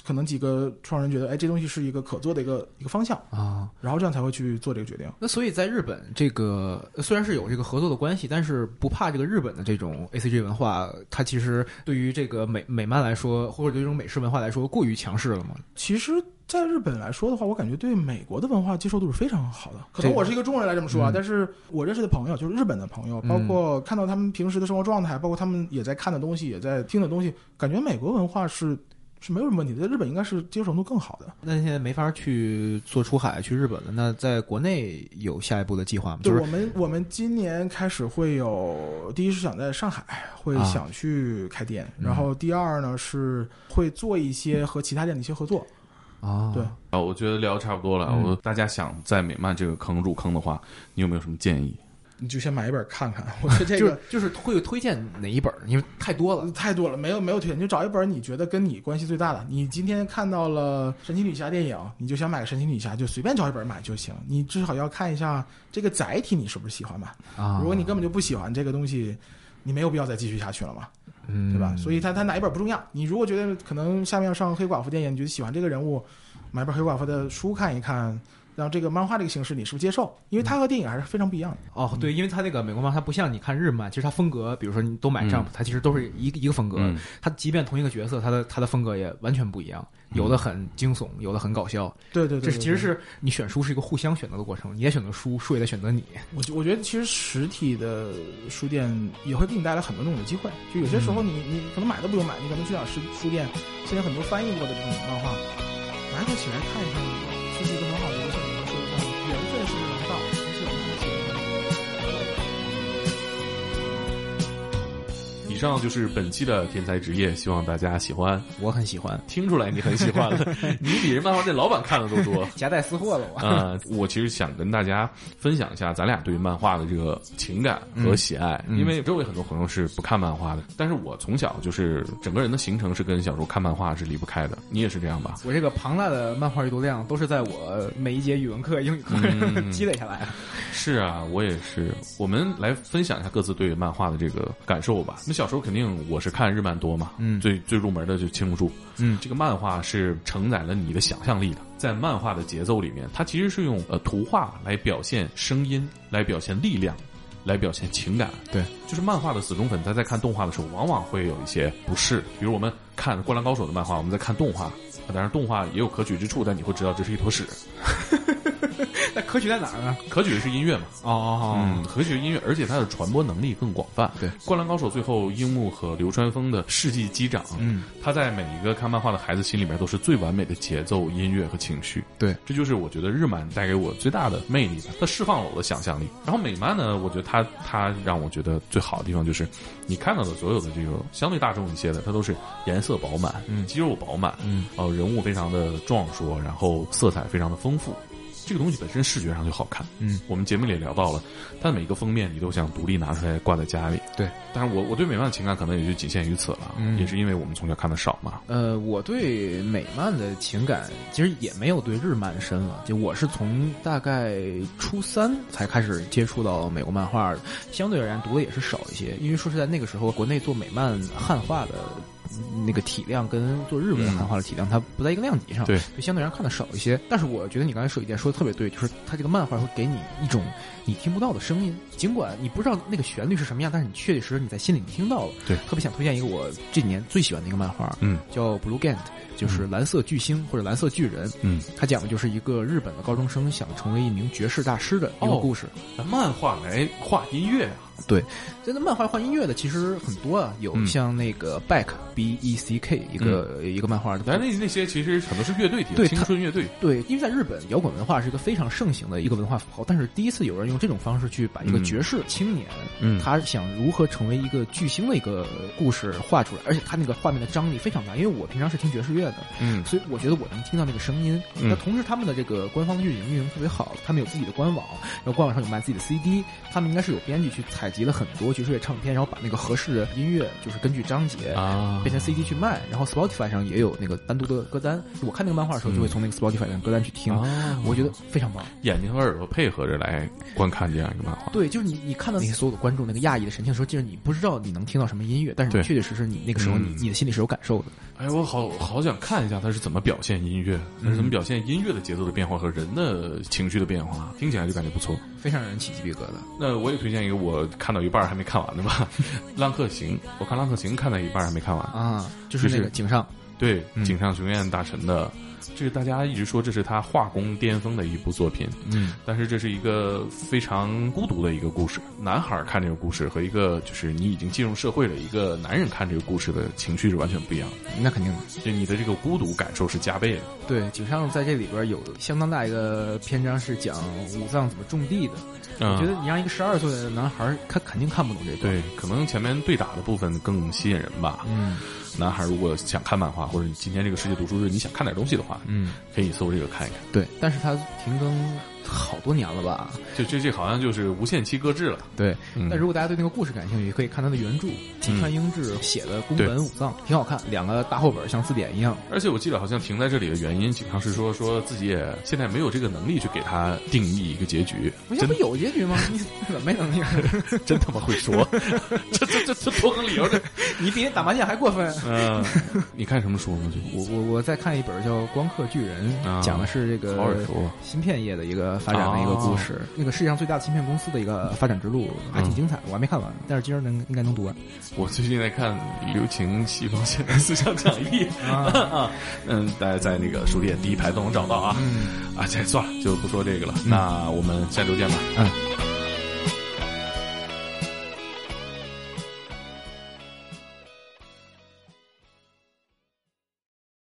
S2: 可能几个创始人觉得，哎，这东西是一个可做的一个一个方向，
S3: 啊？
S2: 然后这样才会去做这个决定。
S3: 那所以在日本，这个呃虽然是有这个合作的关系，但是不怕这个日本的这种 A C G 文化，它其实对于这个美美漫来说，或者对于这种美式文化来说，过于强势了嘛？
S2: 其实，在日本来说的话，我感觉对美国的文化接受度是非常好的。可
S3: 这
S2: 能
S3: 个
S2: 我是一个中国人来这么说啊，
S3: 嗯
S2: 但是我认识的朋友，就是日本的朋友，
S3: 嗯
S2: 包括看到他们平时的生活状态，包括他们也在看的东西，也在听的东西，感觉美国文化是是没有什么问题的，在日本应该是接受程度更好的。
S3: 那现在没法去做出海去日本了，那在国内有下一步的计划吗？就
S2: 对，
S3: 是
S2: 我们我们今年开始会有，第一是想在上海会
S3: 啊
S2: 想去开店，然后
S3: 嗯
S2: 第二呢是会做一些和其他店的一些合作。
S3: 啊，
S2: 对，
S4: 啊，我觉得聊得差不多了。
S3: 嗯
S4: 我大家想在美漫这个坑入坑的话，你有没有什么建议？
S2: 你就先买一本看看，我觉得这
S3: 就
S2: 个
S3: 是就是会推荐哪一本儿？因为太多了。
S2: 太多了，没有没有推荐，你就找一本你觉得跟你关系最大的。你今天看到了神奇女侠电影，你就想买个神奇女侠，就随便找一本买就行。你至少要看一下这个载体你是不是喜欢吧。
S3: 啊
S2: 如果你根本就不喜欢这个东西，你没有必要再继续下去了嘛，
S3: 嗯
S2: 对吧？所以它它哪一本不重要。你如果觉得可能下面要上黑寡妇电影，你觉得喜欢这个人物，买本黑寡妇的书看一看，让这个漫画这个形式你是不是接受？因为
S3: 嗯
S2: 它和电影还是非常不一样的。
S4: 嗯
S3: 哦，对，因为它那个美国漫画，它不像你看日漫，其实它风格，比如说你都买
S4: 嗯
S3: Jump，、它其实都是一个一个风格。
S4: 嗯
S3: 它即便同一个角色，它的它的风格也完全不一样，有
S4: 嗯
S3: 的很惊悚，有的很搞笑。
S2: 对对对
S3: 这
S2: 对
S3: 是其实是你选书是一个互相选择的过程，你也选择书，书也在选择你。
S2: 我觉我觉得其实实体的书店也会给你带来很多这种的机会，就有些时候你、你可能买都不用买，你可能去哪儿书书店，现在很多翻译过的这种漫画，拿它起来看一看，是一个很好的一个像你们说的这样缘分是不是能到，而且我们还是有缘分
S1: 以上就是本期的天才职业，希望大家喜欢。
S3: 我很喜欢，
S1: 听出来你很喜欢 了，你比人漫画店老板看的都多。
S3: 夹带私货了我。
S1: 呃，我其实想跟大家分享一下咱俩对漫画的这个情感和喜爱，因为周围很多朋友是不看漫画的，但是我从小就是整个人的行程是跟小时候看漫画是离不开的。你也是这样吧？
S3: 我这个庞大的漫画阅读量都是在我每一节语文课、英语课、
S4: 嗯
S3: 积累下来的。
S1: 是啊，我也是。我们来分享一下各自对漫画的这个感受吧。那小时候肯定我是看日漫多嘛，
S3: 嗯
S1: 最最入门的就青木树，
S3: 嗯
S1: 这个漫画是承载了你的想象力的。在漫画的节奏里面，它其实是用呃图画来表现声音，来表现力量，来表现情感。
S3: 对，
S1: 就是漫画的死忠粉，他在看动画的时候，往往会有一些不适。比如我们看《灌篮高手》的漫画，我们在看动画，当然动画也有可取之处，但你会知道这是一坨屎。
S3: 那可取在哪儿呢？
S1: 可取的是音乐嘛，
S3: 哦哦
S1: 嗯，和谐音乐，而且它的传播能力更广泛。
S3: 对
S1: 《灌篮高手》最后樱木和流川枫的世纪击掌，
S3: 嗯，
S1: 他在每一个看漫画的孩子心里面都是最完美的节奏、音乐和情绪。
S3: 对，
S1: 这就是我觉得日漫带给我最大的魅力吧，它释放了我的想象力。然后美漫呢，我觉得它它让我觉得最好的地方就是，你看到的所有的这个相对大众一些的，它都是颜色饱满，嗯，肌肉饱满，
S3: 嗯，
S1: 哦、人物非常的壮硕，然后色彩非常的丰富。这个东西本身视觉上就好看，
S3: 嗯，
S1: 我们节目里也聊到了，它每个封面你都想独立拿出来挂在家里，
S3: 对。
S1: 但是我我对美漫的情感可能也就仅限于此了，
S3: 嗯
S1: 也是因为我们从小看的少嘛，
S3: 呃，我对美漫的情感其实也没有对日漫深了，就我是从大概初三才开始接触到美国漫画，相对而言读的也是少一些，因为说实在那个时候国内做美漫汉化的。那个体量跟做日本汉化的体量，它不在一个量级上，
S1: 对，
S3: 相对而言看的少一些。但是我觉得你刚才说一点说的特别对，就是它这个漫画会给你一种你听不到的声音，尽管你不知道那个旋律是什么样，但是你确确实实你在心里听到了。
S1: 对
S3: 特别想推荐一个我这几年最喜欢的一个漫画，
S1: 嗯，
S3: 叫《Blue Gant》，就是蓝色巨星或者蓝色巨人。
S1: 嗯，
S3: 它讲的就是一个日本的高中生想成为一名爵士大师的一个
S1: 哦
S3: 故事。
S1: 那漫画来画音乐啊，
S3: 现在漫画换音乐的其实很多啊，有
S1: 嗯
S3: 像那个 Beck B E C K 一个、一个漫画的，
S1: 但是那那些其实很多是乐队体，
S3: 对
S1: 青春乐队，
S3: 对，因为在日本，摇滚文化是一个非常盛行的一个文化符号，但是第一次有人用这种方式去把一个
S1: 嗯
S3: 爵士青年，
S1: 嗯
S3: 他想如何成为一个巨星的一个故事画出来，而且他那个画面的张力非常大，因为我平常是听爵士乐的，
S1: 嗯
S3: 所以我觉得我能听到那个声音。
S1: 嗯
S3: 那同时，他们的这个官方的运营运营特别好，他们有自己的官网，然后官网上有卖自己的 CD，他们应该是有编辑去采集了很多爵士乐唱片，然后把那个合适的音乐就是根据章节
S1: 啊
S3: 变成 CD 去卖，然后 Spotify 上也有那个单独的歌单。我看那个漫画的时候，就会从那个 Spotify 上歌单去听，
S1: 啊
S3: 我觉得非常棒。
S1: 眼睛和耳朵配合着来观看这样一个漫画，
S3: 对，就是你你看到那些所有的观众那个讶异的神情的时候，就是你不知道你能听到什么音乐，但是
S1: 对
S3: 你确确实实你那个时候你、
S1: 嗯
S3: 你的心里是有感受的。
S1: 哎，我好好想看一下它是怎么表现音乐，它是怎么表现音乐的节奏的变化和人的情绪的变化，听起来就感觉不错。
S3: 非常让人起鸡皮疙瘩，
S1: 那我也推荐一个我看到一半儿还没看完的吧，《浪客行》，我看《浪客行》看到一半儿还没看完。
S3: 啊啊！就是那
S1: 就
S3: 个
S1: 是
S3: 井上，
S1: 对
S3: 嗯，
S1: 井上雄彦大神的这个大家一直说这是他画工巅峰的一部作品，
S4: 嗯，
S1: 但是这是一个非常孤独的一个故事。男孩看这个故事和一个就是你已经进入社会了一个男人看这个故事的情绪是完全不一样的，
S3: 那肯定的。
S1: 就你的这个孤独感受是加倍的。
S3: 对，井上在这里边有相当大一个篇章是讲武藏怎么种地的。
S1: 嗯
S3: 我觉得你让一个十二岁的男孩儿，他肯定看不懂这段。
S1: 对，可能前面对打的部分更吸引人吧。
S3: 嗯
S1: 男孩如果想看漫画，或者你今天这个世界读书日你想看点东西的话，
S3: 嗯，
S1: 可以搜这个看一看。
S3: 对。但是他停更好多年了吧？
S1: 就这这好像就是无限期搁置了。
S3: 对。
S1: 嗯
S3: 但如果大家对那个故事感兴趣，可以看他的原著，金川英治写的宫
S1: 对
S3: 本武藏，挺好看，两个大厚本儿像字典一样。
S1: 而且我记得好像停在这里的原因，井上是说说自己也现在没有这个能力去给他定义一个结局，
S3: 不是
S1: 真
S3: 不有结局 吗？你怎么没能力？
S1: 真他妈会说，这这这这多个理由这，
S3: 你比打麻将还过分。
S1: 嗯， 你看什么书吗？这
S3: 我我我在看一本叫《光刻巨人》，
S1: 啊
S3: 讲的是这个
S1: 好耳熟啊
S3: 芯片业的一个发展的一个故事。那个世界上最大的芯片公司的一个发展之路，还挺精彩的。我还没看完，但是今儿能应该能读完。
S1: 我最近在看《流行西方现代思想讲义》啊，嗯，大家在那个书嗯店第一排都能找到啊。啊，这算了，就不说这个了。那我们下周见吧。
S3: 嗯，
S1: 拜拜。